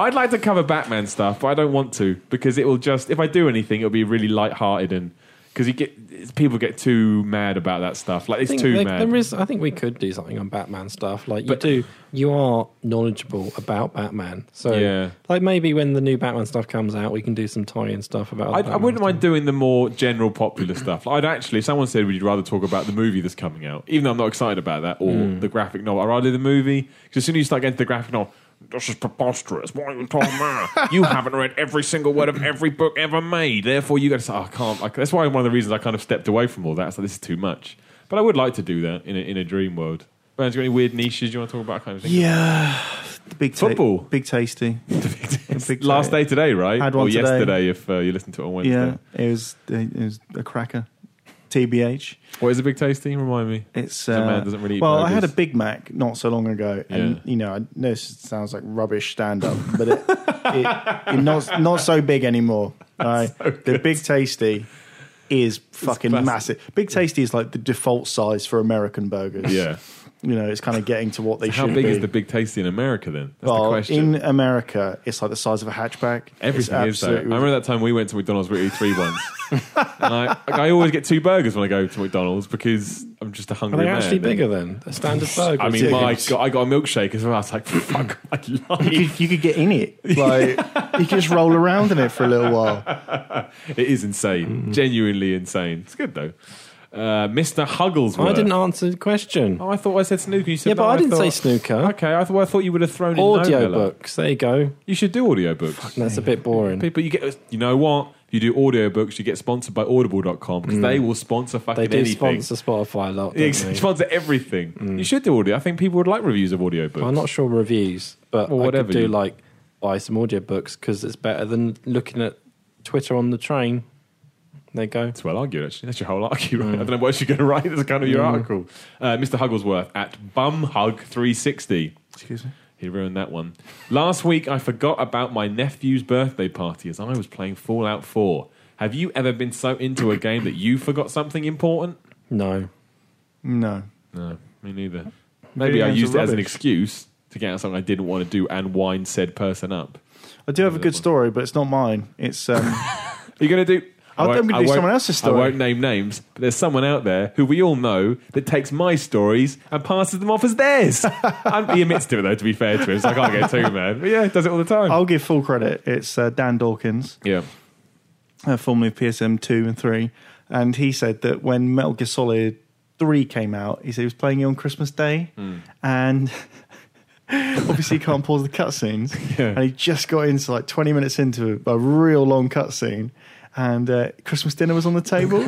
[SPEAKER 1] I'd like to cover Batman stuff, but I don't want to because it will just if I do anything, it'll be really light-hearted and because you get people get too mad about that stuff. Like
[SPEAKER 3] I
[SPEAKER 1] it's
[SPEAKER 3] think
[SPEAKER 1] too
[SPEAKER 3] there,
[SPEAKER 1] mad.
[SPEAKER 3] there is. I think we could do something on Batman stuff. Like you
[SPEAKER 1] But-
[SPEAKER 3] do, you are knowledgeable about Batman. So,
[SPEAKER 1] Yeah.
[SPEAKER 3] like maybe when the new Batman stuff comes out, we can do some tie-in stuff about.
[SPEAKER 1] I,
[SPEAKER 3] other
[SPEAKER 1] I wouldn't
[SPEAKER 3] Batman
[SPEAKER 1] mind doing the more general popular stuff. Like, I'd actually, if someone said, would you rather talk about the movie that's coming out? Even though I'm not excited about that, or the graphic novel. I'd rather do the movie. Because as soon as you start getting to the graphic novel, this is preposterous. What are you talking about? you haven't read every single word of every book ever made. Therefore, you got to say, oh, I can't. I, that's why one of the reasons I kind of stepped away from all that. So this is too much. But I would like to do that in a, in a dream world. Man, you got any weird niches you want to talk about? Kind of thing.
[SPEAKER 2] yeah, the big ta-
[SPEAKER 1] Football.
[SPEAKER 2] big tasty. big
[SPEAKER 1] Last
[SPEAKER 2] ta-
[SPEAKER 1] day today, right?
[SPEAKER 2] Had one
[SPEAKER 1] or
[SPEAKER 2] today.
[SPEAKER 1] yesterday, if uh, you listen to it on Wednesday.
[SPEAKER 2] Yeah, it was it was a cracker. Tbh,
[SPEAKER 1] What is a big tasty? Remind me.
[SPEAKER 2] it's
[SPEAKER 1] a
[SPEAKER 2] uh,
[SPEAKER 1] man doesn't really eat
[SPEAKER 2] well. I had a
[SPEAKER 1] burgers.
[SPEAKER 2] Big Mac not so long ago, and
[SPEAKER 1] Yeah.
[SPEAKER 2] you know, I know this sounds like rubbish stand up, but it, it, it not not so big anymore. all right? the Big Tasty is fucking
[SPEAKER 1] classic.
[SPEAKER 2] massive. Big Tasty is like the default size for American burgers.
[SPEAKER 1] Yeah.
[SPEAKER 2] you know, it's kind of getting to what they
[SPEAKER 1] How
[SPEAKER 2] should
[SPEAKER 1] big
[SPEAKER 2] be.
[SPEAKER 1] is the big tasty in America then? That's
[SPEAKER 2] Well,
[SPEAKER 1] the question.
[SPEAKER 2] in America, it's like the size of a hatchback. It's
[SPEAKER 1] Everything is though. I
[SPEAKER 2] absolutely-
[SPEAKER 1] remember that time we went to McDonald's with E3 once. and I, like, I always get two burgers when I go to McDonald's because I'm just a
[SPEAKER 3] Are
[SPEAKER 1] hungry
[SPEAKER 3] they
[SPEAKER 1] man.
[SPEAKER 3] actually
[SPEAKER 1] And-
[SPEAKER 3] bigger than a standard burger?
[SPEAKER 1] I mean, my
[SPEAKER 2] Ridiculous.
[SPEAKER 1] God, I got a milkshake as well. I was like, fuck my
[SPEAKER 2] You
[SPEAKER 1] life.
[SPEAKER 2] could, you could get in it. Like you could just roll around in it for a little while.
[SPEAKER 1] It is insane. Genuinely insane. It's good though. Uh, Mr. Huggles.
[SPEAKER 3] I didn't answer the question.
[SPEAKER 1] Oh, I thought I said snooker. You said
[SPEAKER 3] yeah, but
[SPEAKER 1] no.
[SPEAKER 3] I didn't say
[SPEAKER 1] thought-
[SPEAKER 3] snooker.
[SPEAKER 1] Okay, I, thought I thought you would have thrown in no,
[SPEAKER 3] Audio
[SPEAKER 1] Miller.
[SPEAKER 3] books. There you go.
[SPEAKER 1] You should do audiobooks.
[SPEAKER 3] That's a bit boring.
[SPEAKER 1] People, you get. You know what? You do audiobooks, you get sponsored by Audible.com because they will sponsor fucking
[SPEAKER 3] Mm. They do
[SPEAKER 1] anything.
[SPEAKER 3] sponsor Spotify a lot.
[SPEAKER 1] Yeah,
[SPEAKER 3] Don't
[SPEAKER 1] ex-
[SPEAKER 3] they?
[SPEAKER 1] sponsor everything. You should do audio. I think people would like reviews of audiobooks.
[SPEAKER 3] I'm not sure reviews, but
[SPEAKER 1] Well,
[SPEAKER 3] I
[SPEAKER 1] whatever
[SPEAKER 3] could do
[SPEAKER 1] you-
[SPEAKER 3] like buy some audiobooks because it's better than looking at Twitter on the train. There you go.
[SPEAKER 1] That's well argued, actually. That's your whole argument.
[SPEAKER 3] Mm.
[SPEAKER 1] right? I don't know what else you're going to write. That's kind of your article. Uh, Mr. Hugglesworth at BumHug360.
[SPEAKER 2] Excuse me.
[SPEAKER 1] He ruined that one. Last week, I forgot about my nephew's birthday party as I was playing Fallout 4. Have you ever been so into a game that you forgot something important?
[SPEAKER 3] No.
[SPEAKER 2] No.
[SPEAKER 1] No, me neither. Maybe I
[SPEAKER 2] games are
[SPEAKER 1] used it as an
[SPEAKER 2] rubbish.
[SPEAKER 1] excuse to get out something I didn't want to do and wind said person up.
[SPEAKER 2] I do have a good story, but it's not mine. It's um,
[SPEAKER 1] Are you going to do?
[SPEAKER 2] I'll-
[SPEAKER 1] I won't-
[SPEAKER 2] I'm gonna
[SPEAKER 1] I
[SPEAKER 2] do
[SPEAKER 1] won't-
[SPEAKER 2] someone else's story.
[SPEAKER 1] I won't name names, but there's someone out there who we all know that takes my stories and passes them off as theirs. and he admits to it though. To be fair to him, so I can't get too mad. But yeah, he does it all the time.
[SPEAKER 2] I'll give full credit. It's uh, Dan Dawkins,
[SPEAKER 1] yeah,
[SPEAKER 2] uh, formerly of PSM two and three, and he said that when Metal Gear Solid three came out, he said he was playing it on Christmas Day, and. Obviously, he can't pause the cutscenes,
[SPEAKER 1] Yeah.
[SPEAKER 2] and he just got into like 20 minutes into a, a real long cutscene, and uh, Christmas dinner was on the table,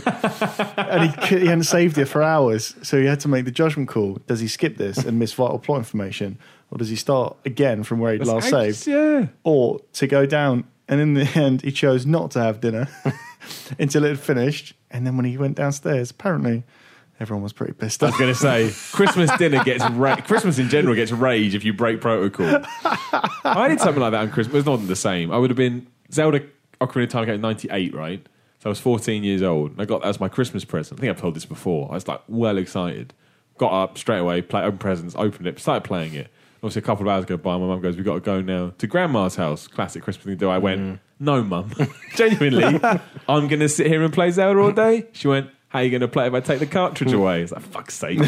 [SPEAKER 2] and he, cou- he hadn't saved it for hours, so he had to make the judgment call: does he skip this and miss vital plot information, or does he start again from where he would last
[SPEAKER 1] Ouch,
[SPEAKER 2] saved?
[SPEAKER 1] Yeah,
[SPEAKER 2] or to go down. And in the end, he chose not to have dinner until it had finished. And then when he went downstairs, apparently everyone was pretty pissed
[SPEAKER 1] I
[SPEAKER 2] off.
[SPEAKER 1] was going to say Christmas dinner gets ra- Christmas in general gets rage if you break protocol. I did something like that on Christmas. It wasn't the same. I would have been Zelda Ocarina of Time came out in '98, right? So I was 14 years old, and I got that as my Christmas present. I think I've told this before. I was like well excited. Got up straight away, play, opened presents, opened it, started playing it. Obviously, a couple of hours go by. My mum goes, "We got to go now to Grandma's house." Classic Christmas thing to do. I went, "No, mum, genuinely, I'm going to sit here and play Zelda all day." She went, "How are you going to play if I take the cartridge away?" It's like, "Fuck's sake."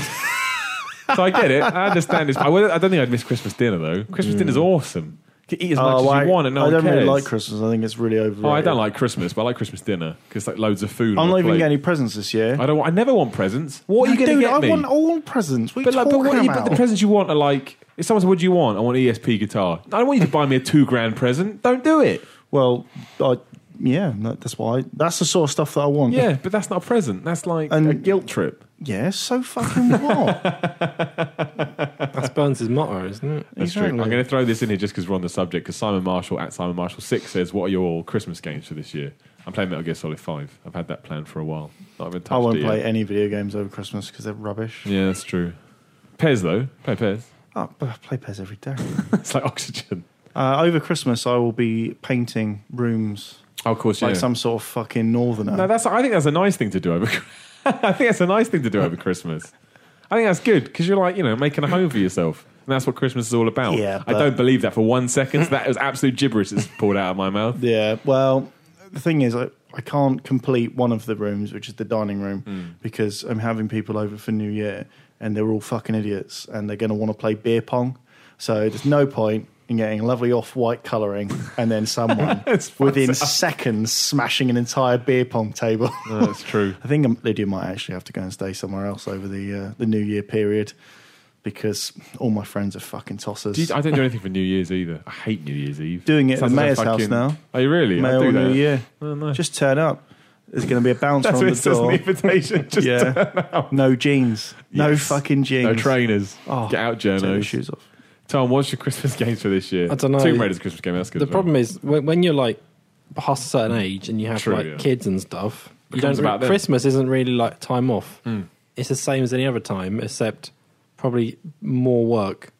[SPEAKER 1] so I get it. I understand this. I, wouldn't- I don't think I'd miss Christmas dinner though. Christmas dinner's awesome. You can eat as much
[SPEAKER 2] Oh,
[SPEAKER 1] as you want, and no
[SPEAKER 2] I
[SPEAKER 1] one
[SPEAKER 2] don't really
[SPEAKER 1] cares.
[SPEAKER 2] like Christmas. I think it's really overrated.
[SPEAKER 1] Oh, I don't like Christmas, but I like Christmas dinner because like loads of food. on
[SPEAKER 2] I'm
[SPEAKER 1] the
[SPEAKER 2] not even
[SPEAKER 1] plate.
[SPEAKER 2] getting any presents this year.
[SPEAKER 1] I don't. Want, I never want presents. What are you
[SPEAKER 2] No,
[SPEAKER 1] going to
[SPEAKER 2] dude,
[SPEAKER 1] get
[SPEAKER 2] I
[SPEAKER 1] me?
[SPEAKER 2] want all presents. What are
[SPEAKER 1] but
[SPEAKER 2] you
[SPEAKER 1] like, but,
[SPEAKER 2] talking
[SPEAKER 1] what you,
[SPEAKER 2] about?
[SPEAKER 1] but the presents you want are like. If someone says, "What do you want?" I want ESP guitar. I don't want you to buy me a two grand present. Don't do it.
[SPEAKER 2] well, I, yeah, no, that's why. That's the sort of stuff that I want.
[SPEAKER 1] Yeah, but that's not a present. That's like a
[SPEAKER 2] And-
[SPEAKER 1] guilt trip.
[SPEAKER 2] Yeah, so fucking what?
[SPEAKER 3] That's Burns' motto, isn't it?
[SPEAKER 1] That's true. I'm going to throw this in here just because we're on the subject. Because Simon Marshall at Simon Marshall Six says, "What are your Christmas games for this year?" I'm playing Metal Gear Solid Five. I've had that planned for a while. Not even touched
[SPEAKER 2] I won't
[SPEAKER 1] it
[SPEAKER 2] play
[SPEAKER 1] Yet.
[SPEAKER 2] any video games over Christmas because they're rubbish.
[SPEAKER 1] Yeah, that's true. Pez though, play Pez.
[SPEAKER 2] Oh, but I play PES every day.
[SPEAKER 1] it's like oxygen.
[SPEAKER 2] uh, over Christmas, I will be painting rooms
[SPEAKER 1] Oh, of course,
[SPEAKER 2] like
[SPEAKER 1] yeah.
[SPEAKER 2] some sort of fucking northerner.
[SPEAKER 1] No, that's. I think that's a nice thing to do over. I think that's a nice thing to do over Christmas. I think that's good because you're like you know making a home for yourself, and that's what Christmas is all about.
[SPEAKER 2] Yeah,
[SPEAKER 1] I
[SPEAKER 2] but-
[SPEAKER 1] don't believe that for one second. So that was absolute gibberish that's poured out of my mouth.
[SPEAKER 2] Yeah. Well, the thing is, I, I can't complete one of the rooms, which is the dining room, because I'm having people over for New Year and they're all fucking idiots and they're going to want to play beer pong. So there's no point in getting lovely off white colouring and then someone within seconds smashing an entire beer pong table.
[SPEAKER 1] No, that's true.
[SPEAKER 2] I think um, Lydia might actually have to go and stay somewhere else over the uh, the New Year period because all my friends are fucking tossers.
[SPEAKER 1] Do you- I don't do anything for New Year's either. I hate New Year's Eve.
[SPEAKER 2] Doing it at
[SPEAKER 1] Sounds
[SPEAKER 2] the
[SPEAKER 1] like a
[SPEAKER 2] mayor's house now.
[SPEAKER 1] Oh, you really? I
[SPEAKER 2] Mail
[SPEAKER 1] do
[SPEAKER 2] on
[SPEAKER 1] that.
[SPEAKER 2] New Year.
[SPEAKER 1] Oh, no.
[SPEAKER 2] Just turn up. There's going to be a bouncer
[SPEAKER 1] that's
[SPEAKER 2] on
[SPEAKER 1] what
[SPEAKER 2] the
[SPEAKER 1] it says in
[SPEAKER 2] door.
[SPEAKER 1] the invitation. Just
[SPEAKER 2] yeah. No jeans. No
[SPEAKER 1] Yes.
[SPEAKER 2] fucking jeans.
[SPEAKER 1] no trainers.
[SPEAKER 2] Oh,
[SPEAKER 1] Get out,
[SPEAKER 2] Take your
[SPEAKER 1] journos.
[SPEAKER 2] shoes off.
[SPEAKER 1] Tom, what's your Christmas games for this year?
[SPEAKER 3] I don't know.
[SPEAKER 1] Tomb Raider's Christmas game. That's good.
[SPEAKER 3] The
[SPEAKER 1] as well.
[SPEAKER 3] problem is when, when you're like past a certain age and you have
[SPEAKER 1] True,
[SPEAKER 3] like
[SPEAKER 1] yeah.
[SPEAKER 3] kids and stuff, you
[SPEAKER 1] Becomes
[SPEAKER 3] don't.
[SPEAKER 1] about Hmm.
[SPEAKER 3] Re-
[SPEAKER 1] them.
[SPEAKER 3] Christmas isn't really like time off. It's the same as any other time, except probably more work.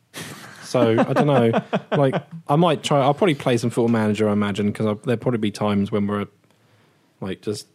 [SPEAKER 3] So I don't know. Like I might try. I'll probably play some Football Manager. I imagine because there'll probably be times when we're like just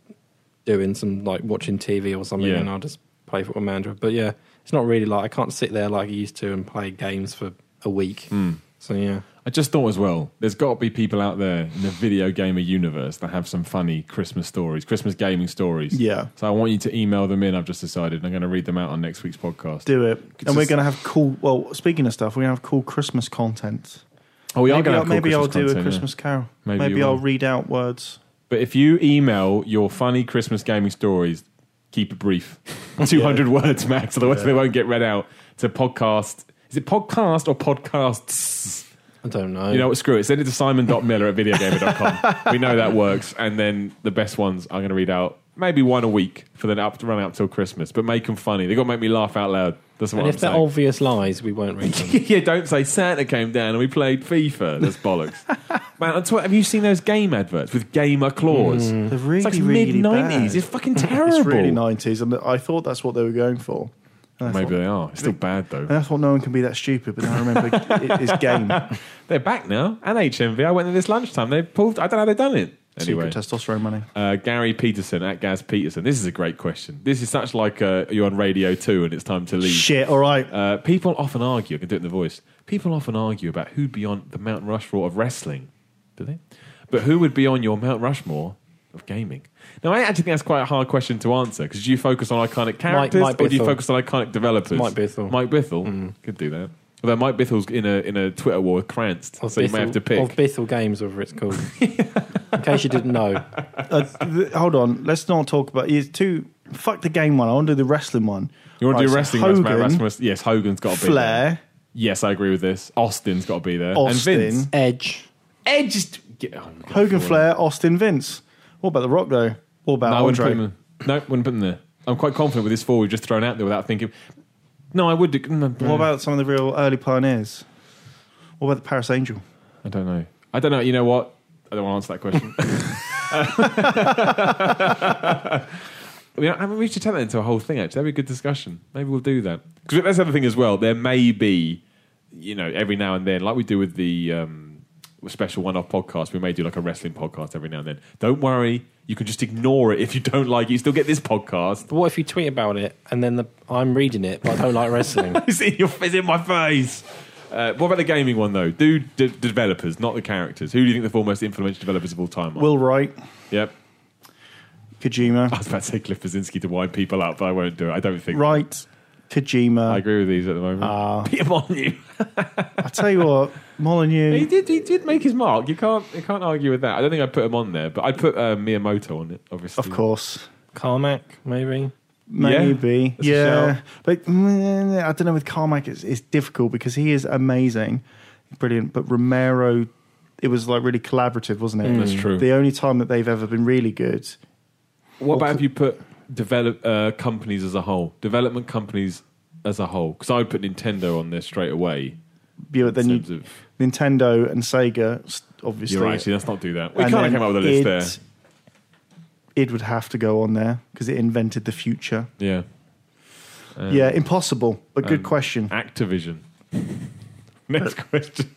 [SPEAKER 3] doing some like watching TV or something,
[SPEAKER 1] Yeah.
[SPEAKER 3] and I'll just play Football Manager. But yeah, it's not really like I can't sit there like I used to and play games for a week.
[SPEAKER 1] Hmm.
[SPEAKER 3] So yeah.
[SPEAKER 1] I just thought as well, there's got to be people out there in the video gamer universe that have some funny Christmas stories, Christmas gaming stories.
[SPEAKER 2] Yeah.
[SPEAKER 1] So I want you to email them in. I've just decided, and I'm going to read them out on next week's podcast.
[SPEAKER 2] Do it.
[SPEAKER 1] It's
[SPEAKER 2] And we're
[SPEAKER 1] just-
[SPEAKER 2] going to have cool. Well, speaking of stuff, we're going to have cool Christmas content.
[SPEAKER 1] oh, we are going
[SPEAKER 2] maybe
[SPEAKER 1] to
[SPEAKER 2] I'll,
[SPEAKER 1] have cool
[SPEAKER 2] maybe I'll
[SPEAKER 1] Christmas
[SPEAKER 2] do
[SPEAKER 1] content,
[SPEAKER 2] a
[SPEAKER 1] yeah.
[SPEAKER 2] Christmas carol.
[SPEAKER 1] Maybe
[SPEAKER 2] Maybe,
[SPEAKER 1] you
[SPEAKER 2] I'll
[SPEAKER 1] will.
[SPEAKER 2] read out words.
[SPEAKER 1] But if you email your funny Christmas gaming stories, keep it brief, 200 words max, otherwise they won't get read out. To podcast, is it podcast or podcasts?
[SPEAKER 3] I don't know.
[SPEAKER 1] You know what? Screw it. Send it to simon.miller at videogamer.com. we know that works. And then the best ones I'm going to read out maybe one a week for then up to run out till Christmas. But make them funny. they got to make me laugh out loud. That's what
[SPEAKER 3] and
[SPEAKER 1] I'm
[SPEAKER 3] if they're
[SPEAKER 1] saying.
[SPEAKER 3] obvious lies, we won't read them.
[SPEAKER 1] yeah, don't say Santa came down and we played FIFA. That's bollocks. Man, on Twitter, have you seen those game adverts with gamer claws?
[SPEAKER 3] Hmm.
[SPEAKER 2] They're really,
[SPEAKER 1] it's like
[SPEAKER 2] really
[SPEAKER 1] mid 90s.
[SPEAKER 2] bad.
[SPEAKER 1] It's fucking terrible.
[SPEAKER 2] It's really 90s, and I thought that's what they were going for. And I
[SPEAKER 1] Maybe
[SPEAKER 2] thought-
[SPEAKER 1] they are. It's still bad though.
[SPEAKER 2] And I thought no one can be that stupid, but then I remember it is game.
[SPEAKER 1] They're back now. And HMV. I went there this lunchtime. They pulled. I don't know how they've done it. Anyway,
[SPEAKER 2] Secret testosterone money.
[SPEAKER 1] Uh, Gary Peterson at Gaz Peterson. This is a great question. This is such like uh, you're on Radio 2 and it's time to leave.
[SPEAKER 2] Shit, all right.
[SPEAKER 1] Uh, people often argue, I can do it in the voice, people often argue about who'd be on the Mount Rushmore of wrestling. Do they? But who would be on your Mount Rushmore of gaming? Now, I actually think that's quite a hard question to answer because do you focus on iconic characters
[SPEAKER 3] Mike
[SPEAKER 1] or do you
[SPEAKER 3] Bithell.
[SPEAKER 1] focus on iconic developers?
[SPEAKER 3] Mike Bithell.
[SPEAKER 1] Mike Bithell
[SPEAKER 2] Mm.
[SPEAKER 1] could do that. Although Mike Bithell's in a, in a Twitter war with Cranston, so you may have to pick.
[SPEAKER 3] Of Bithel Games, whatever it's called. In case you didn't know.
[SPEAKER 2] Uh, th- hold on. Let's not talk about. It's too. Fuck the game one. I want to do the wrestling one.
[SPEAKER 1] You want to
[SPEAKER 2] Right,
[SPEAKER 1] do
[SPEAKER 2] so
[SPEAKER 1] wrestling?
[SPEAKER 2] Hogan,
[SPEAKER 1] Mount Rushmore? Yes, Hogan's got to be there.
[SPEAKER 2] Flair,
[SPEAKER 1] Yes, I agree with this. Austin's got to be there.
[SPEAKER 2] Austin.
[SPEAKER 1] And Vince.
[SPEAKER 3] Edge.
[SPEAKER 1] Edge just get oh, God,
[SPEAKER 2] Hogan,
[SPEAKER 1] for
[SPEAKER 2] Flair, Austin, Vince. What about The Rock though? What about
[SPEAKER 1] No, I wouldn't put
[SPEAKER 2] Andre?
[SPEAKER 1] him. In. No, wouldn't put him there. I'm quite confident with this four we've just thrown out there without thinking. No, I would. do- No,
[SPEAKER 2] What about some of the real early pioneers? What about the Paris Angel?
[SPEAKER 1] I don't know. I don't know. You know what? I don't want to answer that question. I mean, I mean, we should turn that into a whole thing. Actually, that'd be a good discussion. Maybe we'll do that because that's the other thing as well. There may be, you know, every now and then, like we do with the um, special one-off podcast. We may do like a wrestling podcast every now and then. Don't worry, you can just ignore it if you don't like it. You still get this podcast.
[SPEAKER 3] But what if you tweet about it and then the, I'm reading it, but I don't like wrestling?
[SPEAKER 1] It's in your, it's in my face. Uh, what about the gaming one though? Do d- developers, not the characters. Who do you think the four most influential developers of all time are?
[SPEAKER 2] Will Wright,
[SPEAKER 1] yep. I
[SPEAKER 2] Kojima,
[SPEAKER 1] was about to say Cliff Brzezinski to wind people up, but I won't do it. I don't think.
[SPEAKER 2] Wright,
[SPEAKER 1] I
[SPEAKER 2] Kojima.
[SPEAKER 1] agree with these at the moment.
[SPEAKER 2] Ah.
[SPEAKER 1] Peter Molyneux.
[SPEAKER 2] I, tell you what,
[SPEAKER 1] He
[SPEAKER 2] Molyneux.
[SPEAKER 1] did. He did make his mark. You can't. You can't argue with that. I don't think I put him on there, but I put uh, Miyamoto on it. Obviously,
[SPEAKER 2] Of course,
[SPEAKER 3] Carmack, maybe.
[SPEAKER 2] maybe,
[SPEAKER 1] that's a
[SPEAKER 2] yeah.
[SPEAKER 1] shout.
[SPEAKER 2] But mm, I don't know with Carmack, it's, it's difficult because he is amazing, brilliant. But Romero, it was like really collaborative, wasn't it?
[SPEAKER 1] Mm. That's true.
[SPEAKER 2] The only time that they've ever been really good,
[SPEAKER 1] What about if you put develop uh, companies as a whole, development companies as a whole? Because I would put Nintendo on there straight away.
[SPEAKER 2] yeah, but then
[SPEAKER 1] in
[SPEAKER 2] you,
[SPEAKER 1] terms of,
[SPEAKER 2] Nintendo and Sega, s- obviously.
[SPEAKER 1] you're right. See, let's not do that. We
[SPEAKER 2] And
[SPEAKER 1] kind of
[SPEAKER 2] then
[SPEAKER 1] came up with a list there.
[SPEAKER 2] It would have to go on there because it invented the future.
[SPEAKER 1] Yeah. Um,
[SPEAKER 2] yeah, impossible, but good
[SPEAKER 1] um,
[SPEAKER 2] question.
[SPEAKER 1] Activision. Next question.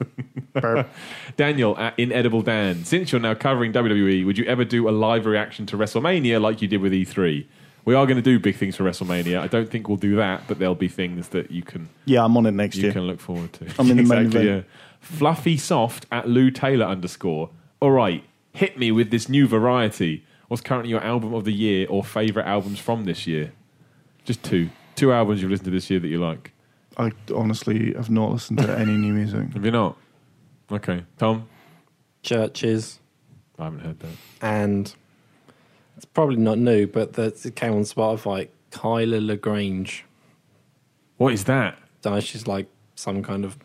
[SPEAKER 2] Burp.
[SPEAKER 1] Daniel at Inedible Dan, since you're now covering WWE, would you ever do a live reaction to WrestleMania like you did with E3? We are going to do big things for WrestleMania. I don't think we'll do that, but there'll be things that you can
[SPEAKER 2] yeah, I'm on it next
[SPEAKER 1] you
[SPEAKER 2] year.
[SPEAKER 1] can look forward to.
[SPEAKER 2] I'm in the main event.
[SPEAKER 1] yeah. Fluffy soft at Lou Taylor underscore. All right, hit me with this new variety. What's currently your album of the year or favorite albums from this year? Just two, two albums you've listened to this year that you like.
[SPEAKER 2] I honestly have not listened to any new music.
[SPEAKER 1] Have you not? Okay, Tom.
[SPEAKER 3] Churches.
[SPEAKER 1] I haven't heard that.
[SPEAKER 3] and it's probably not new, but that it came on Spotify. Kyla Lagrange,
[SPEAKER 1] What is that?
[SPEAKER 3] Uh, she's like some kind of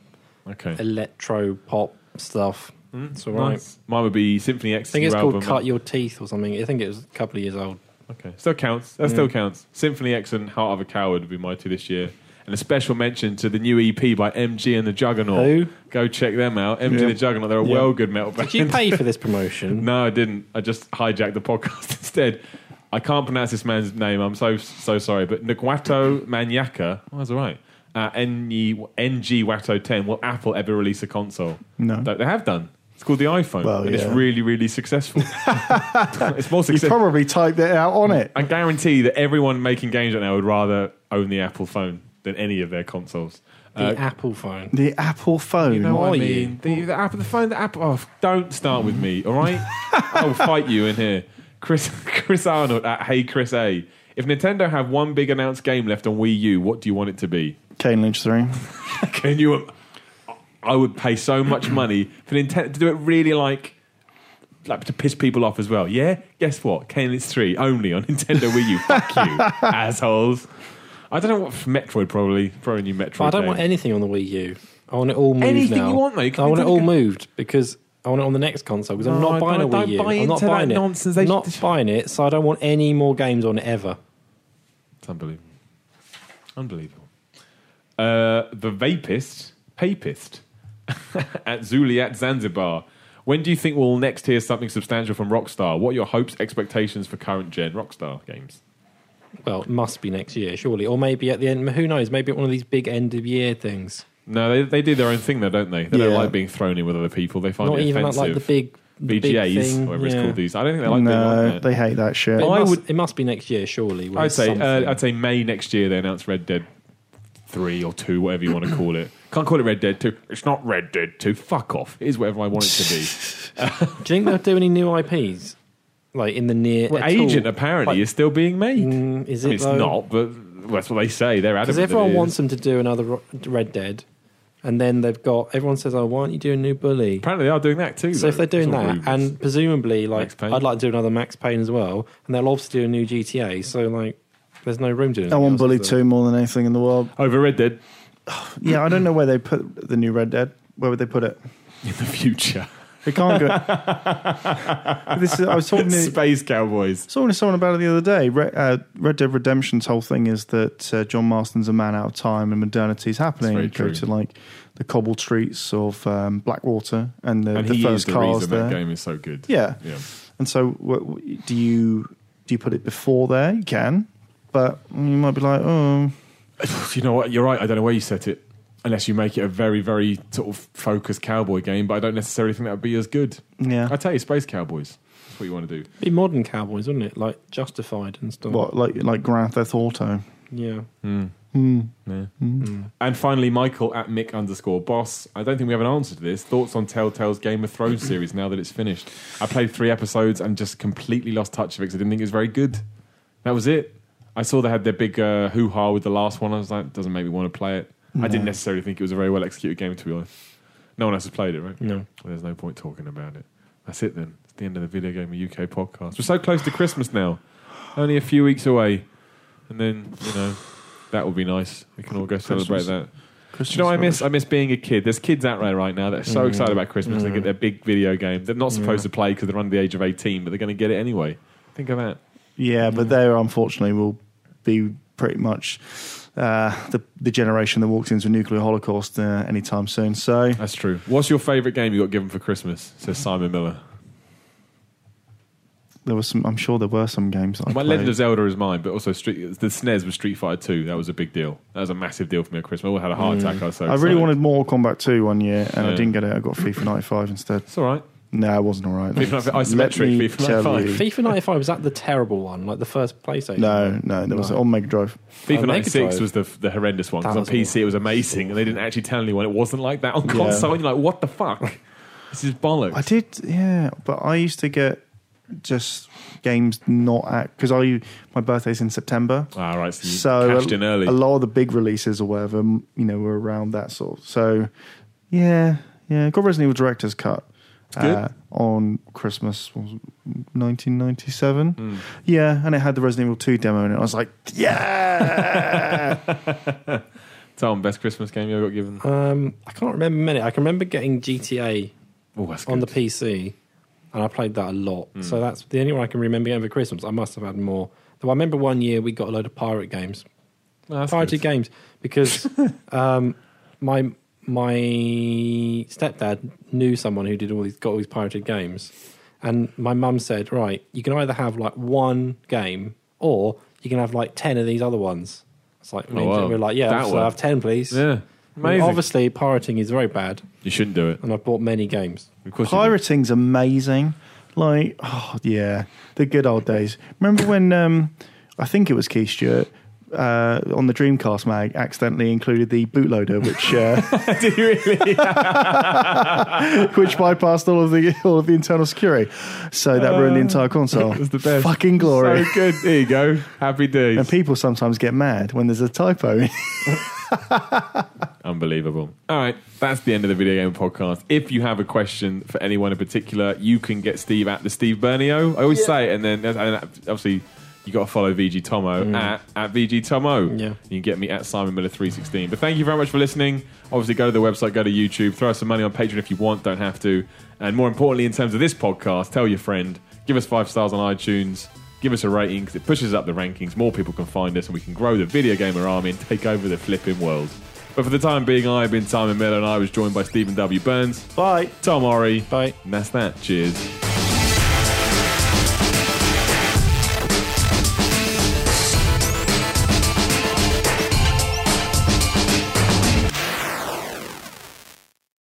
[SPEAKER 1] Okay.
[SPEAKER 3] electro pop stuff. it's all right.
[SPEAKER 1] Hmm, Nice. Mine would be Symphony X.
[SPEAKER 3] I think it's
[SPEAKER 1] album.
[SPEAKER 3] called Cut Your Teeth or something. I think it was a couple of years old.
[SPEAKER 1] Okay, still counts. That still counts. Symphony X and Heart of a Coward would be my two this year. And a special mention to the new EP by MG and the Juggernaut.
[SPEAKER 3] Who?
[SPEAKER 1] Go check them out. MG
[SPEAKER 2] Yeah.
[SPEAKER 1] and the Juggernaut. They're a
[SPEAKER 2] Yeah.
[SPEAKER 1] well good metal band.
[SPEAKER 3] Did you pay for this promotion?
[SPEAKER 1] No, I didn't. I just hijacked the podcast instead. I can't pronounce this man's name. I'm so so sorry. But Nguato Manyaka. Oh, that's all right. Uh, NG NG Watto 10. Will Apple ever release a console?
[SPEAKER 2] No.
[SPEAKER 1] They- They have done. It's called the iPhone.
[SPEAKER 2] Well,
[SPEAKER 1] and it's
[SPEAKER 2] yeah.
[SPEAKER 1] really, really successful. it's more
[SPEAKER 2] You
[SPEAKER 1] successful.
[SPEAKER 2] probably typed it out on it.
[SPEAKER 1] I guarantee that everyone making games right now would rather own the Apple phone than any of their consoles.
[SPEAKER 3] The
[SPEAKER 1] Uh,
[SPEAKER 3] Apple phone.
[SPEAKER 2] The Apple phone.
[SPEAKER 1] you know what I
[SPEAKER 3] Why
[SPEAKER 1] mean? The, the Apple, the phone, the Apple. Oh, don't start with me, all right? I'll fight you in here. Chris, Chris Arnold at Hey Chris A. If Nintendo have one big announced game left on Wii U, what do you want it to be?
[SPEAKER 2] Kane Lynch 3.
[SPEAKER 1] Can you? I would pay so much money for Nintendo to do it really like, like to piss people off as well. Yeah, guess what? Kane Lynch three only on Nintendo Wii U. Fuck you, assholes. I don't know what Metroid probably probably a new Metroid.
[SPEAKER 3] But I don't
[SPEAKER 1] game.
[SPEAKER 3] want anything on the Wii U. I want it all moved
[SPEAKER 1] Anything
[SPEAKER 3] now.
[SPEAKER 1] you want, mate.
[SPEAKER 3] I want it all moved because I want it on the next console because I'm
[SPEAKER 1] No,
[SPEAKER 3] not buying
[SPEAKER 1] don't-
[SPEAKER 3] a
[SPEAKER 1] don't
[SPEAKER 3] Wii U.
[SPEAKER 1] buy
[SPEAKER 3] I'm not
[SPEAKER 1] into that
[SPEAKER 3] buying it.
[SPEAKER 1] nonsense. They-
[SPEAKER 3] I'm not buying it, so I don't want any more games on it ever.
[SPEAKER 1] It's unbelievable. Unbelievable. Uh, the Vapist, Papist, at Zuliat Zanzibar. When do you think we'll next hear something substantial from Rockstar? What are your hopes, expectations for current gen Rockstar games?
[SPEAKER 3] Well, it must be next year, surely. Or maybe at the end, who knows? Maybe at one of these big end of year things.
[SPEAKER 1] No, they, they do their own thing, though, don't they? They don't
[SPEAKER 2] Yeah.
[SPEAKER 1] like being thrown in with other people. They find
[SPEAKER 3] Not
[SPEAKER 1] it
[SPEAKER 3] even like,
[SPEAKER 1] offensive.
[SPEAKER 3] like the big the big
[SPEAKER 1] VGAs,
[SPEAKER 3] thing,
[SPEAKER 1] whatever it's
[SPEAKER 3] yeah.
[SPEAKER 1] called. These, I don't think they like being
[SPEAKER 2] no,
[SPEAKER 1] like that.
[SPEAKER 2] they hate that shit.
[SPEAKER 3] But it,
[SPEAKER 1] I
[SPEAKER 3] must,
[SPEAKER 1] would-
[SPEAKER 3] it must be next year, surely. with
[SPEAKER 1] I'd say
[SPEAKER 3] something.
[SPEAKER 1] uh, I'd say May next year they announce Red Dead Three or Two, whatever you want to call it. Can't call it Red Dead Two. It's not Red Dead Two. Fuck off. It is whatever I want it to be.
[SPEAKER 3] Do you think they'll do any new IPs? Like in the near
[SPEAKER 1] Well,
[SPEAKER 3] at
[SPEAKER 1] Agent
[SPEAKER 3] all?
[SPEAKER 1] apparently
[SPEAKER 3] Like,
[SPEAKER 1] is still being made.
[SPEAKER 3] mm, is
[SPEAKER 1] I
[SPEAKER 3] it?
[SPEAKER 1] mean, it's
[SPEAKER 3] though?
[SPEAKER 1] not, but that's what they say. They're adamant.
[SPEAKER 3] because
[SPEAKER 1] that
[SPEAKER 3] everyone
[SPEAKER 1] it is.
[SPEAKER 3] wants them to do another Ro- Red Dead, and then they've got everyone says, "Oh, why don't you do a new Bully?"
[SPEAKER 1] Apparently, they are doing that too.
[SPEAKER 3] So if
[SPEAKER 1] though.
[SPEAKER 3] they're doing
[SPEAKER 1] It's all
[SPEAKER 3] that,
[SPEAKER 1] rumours.
[SPEAKER 3] and presumably,
[SPEAKER 1] Max
[SPEAKER 3] like
[SPEAKER 1] Payne.
[SPEAKER 3] I'd like to do another Max Payne as well, and they'll obviously do a new GTA. So like, there's no room to. do
[SPEAKER 2] I want
[SPEAKER 3] anything
[SPEAKER 2] Bully
[SPEAKER 3] else, is there?
[SPEAKER 2] 2 more than anything in the world.
[SPEAKER 1] over Red Dead
[SPEAKER 2] Yeah, I don't know where they put the new Red Dead. Where would they put it?
[SPEAKER 1] in the future,
[SPEAKER 2] They can't go. this is, I was talking to,
[SPEAKER 1] Space Cowboys.
[SPEAKER 2] talking to someone about it the other day. Red, uh, Red Dead Redemption's whole thing is that uh, John Marston's a man out of time and modernity is happening.
[SPEAKER 1] very
[SPEAKER 2] You go
[SPEAKER 1] true.
[SPEAKER 2] to like the cobble streets of um, Blackwater and the,
[SPEAKER 1] And
[SPEAKER 2] the
[SPEAKER 1] he
[SPEAKER 2] first
[SPEAKER 1] is the
[SPEAKER 2] cars
[SPEAKER 1] reason
[SPEAKER 2] there.
[SPEAKER 1] that game is so good.
[SPEAKER 2] Yeah,
[SPEAKER 1] yeah.
[SPEAKER 2] and so what, do you do you put it before there? You can, but you might be like, oh,
[SPEAKER 1] You know what? You're right. I don't know where you set it. unless you make it a very, very sort of focused cowboy game. But I don't necessarily think that would be as good.
[SPEAKER 2] Yeah.
[SPEAKER 1] I tell you, Space Cowboys. That's what you want to do.
[SPEAKER 3] Be modern cowboys, wouldn't it? Like Justified and stuff.
[SPEAKER 2] What like like Grand Theft Auto?
[SPEAKER 3] Yeah.
[SPEAKER 1] Mm,
[SPEAKER 2] Hmm.
[SPEAKER 1] yeah.
[SPEAKER 3] Mm.
[SPEAKER 1] And finally, Michael at Mick underscore boss. I don't think we have an answer to this. Thoughts on Telltale's Game of Thrones series now that it's finished? I played three episodes and just completely lost touch of it because I didn't think it was very good. That was it. I saw they had their big uh, hoo ha with the last one. I was like, doesn't make me want to play it. I didn't
[SPEAKER 2] No.
[SPEAKER 1] necessarily think it was a very well executed game, to be honest. No one else has played it, right?
[SPEAKER 3] No.
[SPEAKER 1] Well, there's no point talking about it. That's it then. It's the end of the Video Game UK podcast. We're so close to Christmas now. Only a few weeks away. And then, you know, that would be nice. We can all go celebrate
[SPEAKER 2] Christmas.
[SPEAKER 1] that. Do
[SPEAKER 2] Christmas
[SPEAKER 1] you know what I miss? I
[SPEAKER 2] rubbish.
[SPEAKER 1] miss being a kid. There's kids out there right now that are so
[SPEAKER 3] Mm.
[SPEAKER 1] excited about Christmas. They
[SPEAKER 3] Mm.
[SPEAKER 1] get their big video game. They're not supposed to
[SPEAKER 2] Mm.
[SPEAKER 3] Yeah.
[SPEAKER 1] play because they're under the age of 18, but they're going to get it anyway. Think of that.
[SPEAKER 2] Yeah, but
[SPEAKER 3] Mm.
[SPEAKER 2] they unfortunately will be pretty much uh, the the generation that walks into a nuclear holocaust uh, anytime soon. So
[SPEAKER 1] That's true. What's your favourite game you got given for Christmas?
[SPEAKER 2] Mm.
[SPEAKER 1] Says Simon Miller.
[SPEAKER 2] there was some. I'm sure there were some games. That I
[SPEAKER 1] My
[SPEAKER 2] played.
[SPEAKER 1] Legend of Zelda is mine, but also Street, the SNES was Street Fighter 2. That was a big deal. That was a massive deal for me at Christmas. I had a heart
[SPEAKER 3] Mm.
[SPEAKER 1] attack. I was so
[SPEAKER 2] I really
[SPEAKER 1] excited.
[SPEAKER 2] wanted Mortal Kombat 2 one year, and I
[SPEAKER 1] Yeah.
[SPEAKER 2] didn't get it. I got FIFA 95 instead.
[SPEAKER 1] It's all right.
[SPEAKER 2] No, it wasn't all right.
[SPEAKER 1] FIFA 95
[SPEAKER 2] Let me
[SPEAKER 1] isometric FIFA
[SPEAKER 2] tell
[SPEAKER 1] 95.
[SPEAKER 2] you.
[SPEAKER 3] FIFA 95, was that the terrible one? Like the first PlayStation?
[SPEAKER 2] No, no, there was
[SPEAKER 3] No.
[SPEAKER 2] on Mega Drive.
[SPEAKER 1] FIFA
[SPEAKER 3] Oh, Mega
[SPEAKER 1] 96
[SPEAKER 3] Drive.
[SPEAKER 1] was the, the horrendous one because
[SPEAKER 3] That
[SPEAKER 1] on
[SPEAKER 3] was
[SPEAKER 1] PC it was amazing and they didn't actually tell anyone it wasn't like that on
[SPEAKER 2] Yeah.
[SPEAKER 1] console. And you're like, what the fuck? This is bollocks.
[SPEAKER 2] I did, yeah, but I used to get just games not at because I my birthday's in September,
[SPEAKER 1] All right, so you
[SPEAKER 2] so
[SPEAKER 1] cashed in early.
[SPEAKER 2] a lot of the big releases or whatever m- you know were around that sort. So yeah, yeah, got Resident Evil Director's Cut uh,
[SPEAKER 1] Good.
[SPEAKER 2] on Christmas what was it, 1997.
[SPEAKER 1] Mm.
[SPEAKER 2] Yeah, and it had the Resident Evil 2 demo in it. I was like, yeah.
[SPEAKER 1] Tom, best Christmas game you ever got given?
[SPEAKER 3] Um, I can't remember many. I can remember getting GTA
[SPEAKER 1] Oh, that's
[SPEAKER 3] on the
[SPEAKER 1] good. Hmm.
[SPEAKER 3] PC, and I played that a lot. So that's the only one I can remember getting for Christmas. I must have had more. Though I remember one year we got a load of pirate games,
[SPEAKER 1] Oh, that's
[SPEAKER 3] pirated
[SPEAKER 1] good.
[SPEAKER 3] games, because um, my my stepdad knew someone who did all these got all these pirated games, and my mum said, right, you can either have like one game or you can have like ten of these other ones. It's like
[SPEAKER 1] Oh, wow.
[SPEAKER 3] we're like, yeah,
[SPEAKER 1] That
[SPEAKER 3] so
[SPEAKER 1] one.
[SPEAKER 3] I have ten, please.
[SPEAKER 1] Yeah, amazing.
[SPEAKER 3] Obviously, pirating is very bad,
[SPEAKER 1] you shouldn't do it.
[SPEAKER 3] and I've bought many games.
[SPEAKER 1] Of course you
[SPEAKER 2] Pirating's amazing. Like, oh yeah, the good old days. Remember when um, I think it was Keith Stewart uh, on the Dreamcast mag accididentally included the bootloader, which uh,
[SPEAKER 1] did. do you really?
[SPEAKER 2] which bypassed all of the all of the internal security, so that ruined the entire console.
[SPEAKER 1] Uh, It was the best.
[SPEAKER 2] Fucking glory.
[SPEAKER 1] So good. There you go. Happy days.
[SPEAKER 2] and people sometimes get mad when there's a typo.
[SPEAKER 1] Unbelievable. All right, that's the end of the video game podcast. If you have a question for anyone in particular, you can get Steve at the Steve Bernio. I always say it, and then and obviously you got to follow VG Tomo at at VG Tomo.
[SPEAKER 3] Yeah.
[SPEAKER 1] You can get me at Simon Miller three sixteen. But thank you very much for listening. Obviously, go to the website, go to YouTube, throw us some money on Patreon if you want. Don't have to. And more importantly, in terms of this podcast, tell your friend, give us five stars on iTunes. Give us a rating because it pushes up the rankings. More people can find us, and we can grow the video gamer army and take over the flipping world. But for the time being, I have been Simon Miller, and I was joined by Stephen W. Burns,
[SPEAKER 2] Bye.
[SPEAKER 1] Tom Ori.
[SPEAKER 3] Bye.
[SPEAKER 1] And that's that. Cheers.